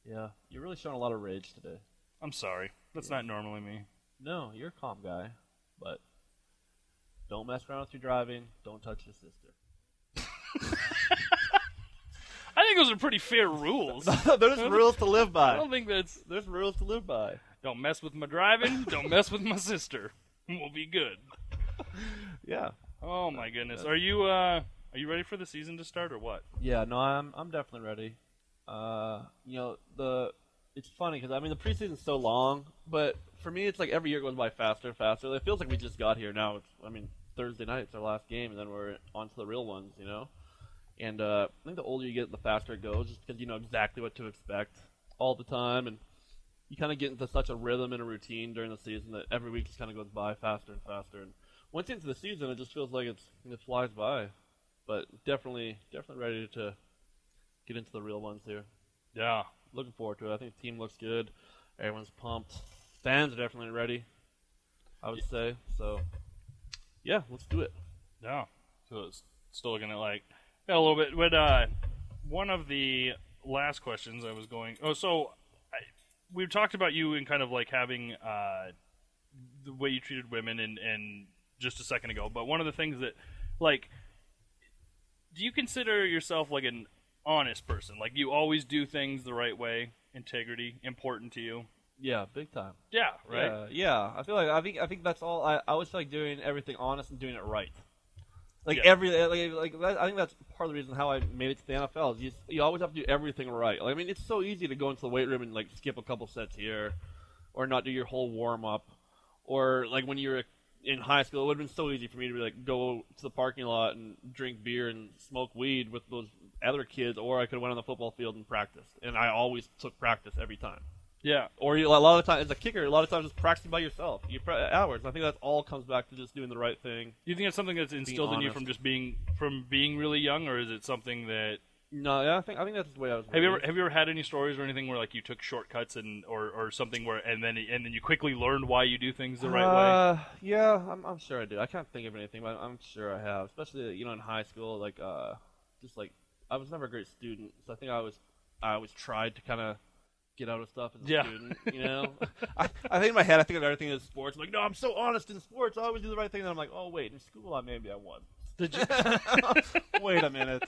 Speaker 3: Yeah, you're really showing a lot of rage today.
Speaker 4: i'm sorry that's not normally me
Speaker 3: No, you're a calm guy, but don't mess around with your driving. Don't touch your sister.
Speaker 4: i think those are pretty fair rules
Speaker 3: <laughs>
Speaker 4: i
Speaker 3: There's rules to live by.
Speaker 4: don't think that's
Speaker 3: There's rules to live by.
Speaker 4: Don't mess with my driving. don't mess with my sister. We'll be good.
Speaker 3: Yeah.
Speaker 4: Oh my goodness. Are you uh are you ready for the season to start or what?
Speaker 3: Yeah, no, I'm I'm definitely ready. Uh, you know the it's funny because I mean the preseason's so long, but for me it's like every year goes by faster and faster. It feels like we just got here now. It's, I mean Thursday night's our last game, and then we're on to the real ones, you know. And uh, I think the older you get, the faster it goes, just because you know exactly what to expect all the time, and you kind of get into such a rhythm and a routine during the season that every week just kind of goes by faster and faster. And once into the season, it just feels like it's it flies by. But definitely, definitely ready to get into the real ones here.
Speaker 4: Yeah.
Speaker 3: Looking forward to it. I think the team looks good. Everyone's pumped. Fans are definitely ready. I would say so. Yeah, let's do it.
Speaker 4: Yeah. So it's still looking at like yeah, a little bit. But uh, one of the last questions I was going. Oh, so I, we've talked about you and kind of like having uh, the way you treated women and and just a second ago. But one of the things that like, do you consider yourself like an honest person? Like you always do things the right way. Integrity important to you.
Speaker 3: Yeah, big time.
Speaker 4: Yeah. Right.
Speaker 3: Yeah, yeah. I feel like I think I think that's all. I, I always feel like doing everything honest and doing it right. Like
Speaker 4: Yeah.
Speaker 3: every like, like that, I think that's part of the reason how I made it to the NFL. Is you, you always have to do everything right. Like, I mean, it's so easy to go into the weight room and like skip a couple sets here, or not do your whole warm up, or like when you're in high school, it would have been so easy for me to be like go to the parking lot and drink beer and smoke weed with those other kids, or I could have went on the football field and practiced. And I always took practice every time
Speaker 4: Yeah.
Speaker 3: or you, a lot of times as a kicker, a lot of times it's practicing by yourself. You pra- hours. I think that all comes back to just doing the right thing.
Speaker 4: Do you think it's something that's instilled in you
Speaker 3: honest.
Speaker 4: from just being from being really young, or is it something that
Speaker 3: No, yeah, I think I think that's the way I was.
Speaker 4: Have you ever
Speaker 3: raised.
Speaker 4: have you ever had any stories or anything where like you took shortcuts and or, or something where and then and then you quickly learned why you do things the right way?
Speaker 3: Uh, yeah, I'm, I'm sure I do. I can't think of anything, but I'm sure I have. Especially you know in high school, like uh, just like I was never a great student, so I think I was I always tried to kind of get out of stuff as a
Speaker 4: Yeah.
Speaker 3: student. You <laughs> know, I, I think in my head I think of everything as sports. I'm like, no, I'm so honest in sports. I always do the right thing. And I'm like, oh wait, in school I maybe I won. Did you? <laughs> wait a minute.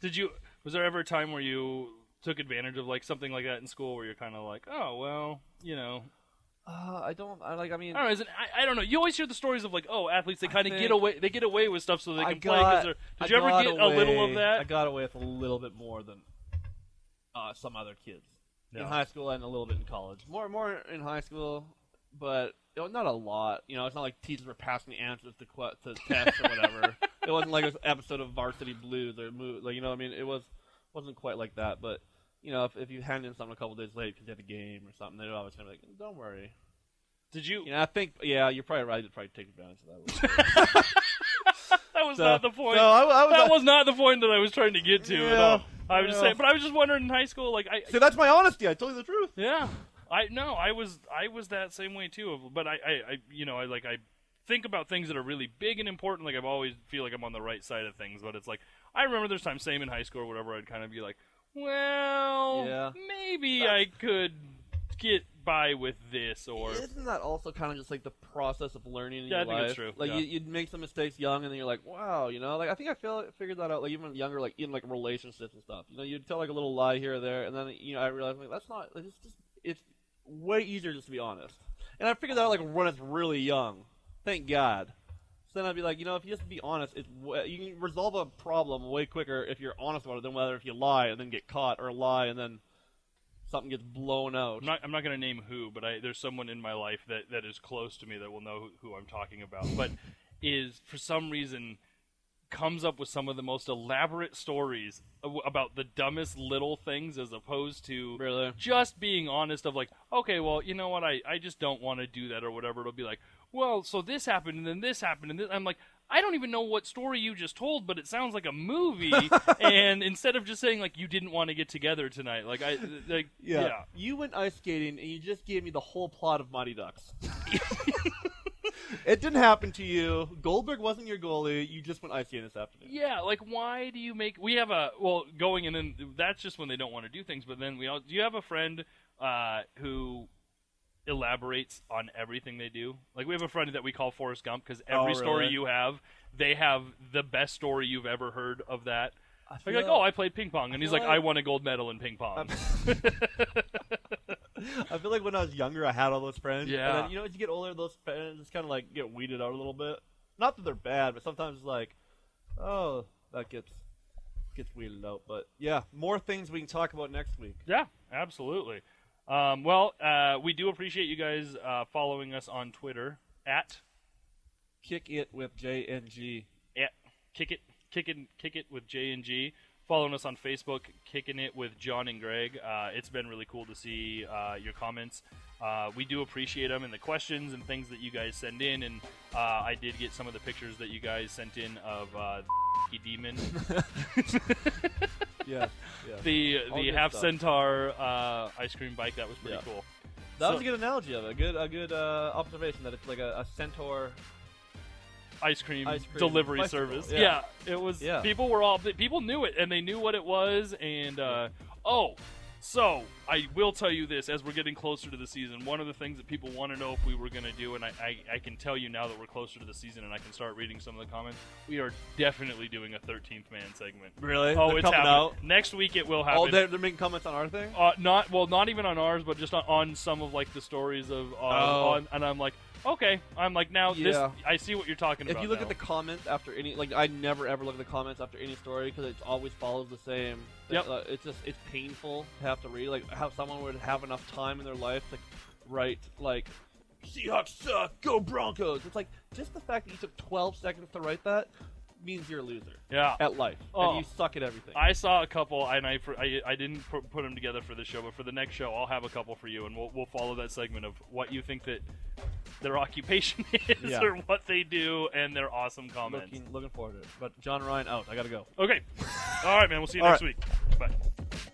Speaker 4: Did you was there ever a time where you took advantage of like something like that in school where you're kind of like, oh well, you know,
Speaker 3: Uh, I don't. I like. I mean,
Speaker 4: I don't know. Is it, I, I don't know. You always hear the stories of like, oh, athletes they kind of get
Speaker 3: think-
Speaker 4: away they get away with stuff so they
Speaker 3: I
Speaker 4: can play. 'cause
Speaker 3: got-
Speaker 4: they're,
Speaker 3: I
Speaker 4: did you ever
Speaker 3: got
Speaker 4: get a little of
Speaker 3: away- I
Speaker 4: that?
Speaker 3: got away with a little bit more than uh, some other kids in
Speaker 4: Yeah.
Speaker 3: high school and a little bit in college. More, more in high school, but you know, not a lot. You know, it's not like teachers were passing the answers to que- to tests or <laughs> whatever. It wasn't like an episode of Varsity Blues or mo- like you know. what I mean, it was wasn't quite like that, but. You know, if, if you hand in something a couple days late because you had a game or something, they're always gonna be like, "Don't worry."
Speaker 4: Did you?
Speaker 3: You know, I think, yeah, you're probably right. I'd probably take advantage of that. a little
Speaker 4: <laughs>
Speaker 3: bit.
Speaker 4: That was
Speaker 3: So-
Speaker 4: not the point.
Speaker 3: so I, I was,
Speaker 4: <laughs> that was not the point that I was trying to get to at
Speaker 3: Yeah.
Speaker 4: all. I was just
Speaker 3: Yeah.
Speaker 4: saying, but I was just wondering in high school, like I,
Speaker 3: See, that's my honesty. I told you the truth.
Speaker 4: Yeah, I no, I was I was that same way too. of- But I, I, I you know, I like I think about things that are really big and important. Like I've always feel like I'm on the right side of things. But it's like I remember there's times, same in high school or whatever, I'd kind of be like, well,
Speaker 3: Yeah.
Speaker 4: maybe I could get by with this, or
Speaker 3: Isn't that also kind of just like the process of learning? In
Speaker 4: Yeah, I
Speaker 3: your
Speaker 4: think that's
Speaker 3: life?
Speaker 4: true,
Speaker 3: Like
Speaker 4: yeah.
Speaker 3: you, you'd make some mistakes young, and then you're like, wow, you know. Like I think I feel, figured that out like even younger, like in like relationships and stuff. You know, you'd tell like a little lie here or there, and then you know I realized like that's not. Like, it's just it's way easier just to be honest. And I figured that out like when it's really young. Thank God. So then I'd be like, you know, if you just be honest, it's wa- you can resolve a problem way quicker if you're honest about it than whether if you lie and then get caught or lie and then something gets blown out.
Speaker 4: I'm not I'm not gonna name who, but I there's someone in my life that that is close to me that will know who, who I'm talking about. But is for some reason comes up with some of the most elaborate stories aw- about the dumbest little things as opposed to
Speaker 3: really.
Speaker 4: just being honest of like okay well you know what i, I just don't want to do that or whatever it'll be like well so this happened and then this happened and this. i'm like i don't even know what story you just told but it sounds like a movie and instead of just saying like you didn't want to get together tonight like i like yeah.
Speaker 3: You went ice skating and you just gave me the whole plot of Mighty Ducks. it didn't happen to you. Goldberg wasn't your goalie. You just went ice skating this afternoon.
Speaker 4: Yeah, like why do you make? We have a well going in, and that's just when they don't want to do things. But then we all do. You have a friend uh, who elaborates on everything they do. Like we have a friend that we call Forrest Gump because every
Speaker 3: Oh, really?
Speaker 4: story you have, they have the best story you've ever heard of that.
Speaker 3: I
Speaker 4: Like, like,
Speaker 3: feel-
Speaker 4: oh, I played ping pong, and he's
Speaker 3: feel
Speaker 4: like,
Speaker 3: like-
Speaker 4: I won a gold medal in ping pong.
Speaker 3: <laughs> I feel like when I was younger, I had all those friends. And
Speaker 4: Yeah.
Speaker 3: then, you know, as you get older, those friends just kind of like get weeded out a little bit. Not that they're bad, but sometimes it's like, oh, that gets gets weeded out. But yeah, more things we can talk about next week.
Speaker 4: Yeah, absolutely. Um, well, uh, we do appreciate you guys uh, following us on Twitter at
Speaker 3: Kick it with J and G.
Speaker 4: at kick it kick it kick it with J and G. Following us on Facebook, kicking it with John and Greg. Uh, it's been really cool to see uh, your comments. Uh, we do appreciate them and the questions and things that you guys send in. And uh, I did get some of the pictures that you guys sent in of uh, <laughs> the demon,
Speaker 3: Yeah, yeah.
Speaker 4: the
Speaker 3: All
Speaker 4: the
Speaker 3: good
Speaker 4: half
Speaker 3: stuff.
Speaker 4: centaur uh, ice cream bike. That was pretty
Speaker 3: Yeah.
Speaker 4: cool.
Speaker 3: That
Speaker 4: So-
Speaker 3: was a good analogy of it. A good, a good uh, observation that it's like a, a centaur.
Speaker 4: ice cream,
Speaker 3: Ice cream
Speaker 4: delivery
Speaker 3: bicycle,
Speaker 4: service. Yeah.
Speaker 3: yeah.
Speaker 4: it was.
Speaker 3: Yeah.
Speaker 4: People were all people knew it and they knew what it was. And uh, oh, so I will tell you this: as we're getting closer to the season, one of the things that people want to know if we were going to do, and I, I, I can tell you now that we're closer to the season, and I can start reading some of the comments. We are definitely doing a 13th man segment.
Speaker 3: Really?
Speaker 4: Oh,
Speaker 3: They're
Speaker 4: it's
Speaker 3: coming
Speaker 4: happening.
Speaker 3: out.
Speaker 4: Next week it will happen.
Speaker 3: Oh, they're, they're making comments on our thing.
Speaker 4: uh, not well, not even on ours, but just on, on some of like the stories of, uh,
Speaker 3: Oh.
Speaker 4: on, and I'm like, okay, I'm like now
Speaker 3: Yeah.
Speaker 4: this, I see what you're talking about.
Speaker 3: If you look
Speaker 4: now.
Speaker 3: at the comments after any, like I never ever look at the comments after any story because it always follows the same.
Speaker 4: Yep.
Speaker 3: Uh, it's just it's painful to have to read. Like how someone would have enough time in their life to write like Seahawks suck, go Broncos. It's like just the fact that you took 12 seconds to write that means you're a loser
Speaker 4: yeah,
Speaker 3: at life
Speaker 4: Oh.
Speaker 3: and you suck at everything.
Speaker 4: I saw a couple, and I I, I didn't pu- put them together for the show, but for the next show, I'll have a couple for you, and we'll we'll follow that segment of what you think that their <laughs> occupation is
Speaker 3: Yeah.
Speaker 4: or what they do and their awesome comments.
Speaker 3: looking looking forward to it. But John Ryan out. I gotta go.
Speaker 4: Okay, all right, man. We'll see you
Speaker 3: All
Speaker 4: next
Speaker 3: right.
Speaker 4: week. Bye.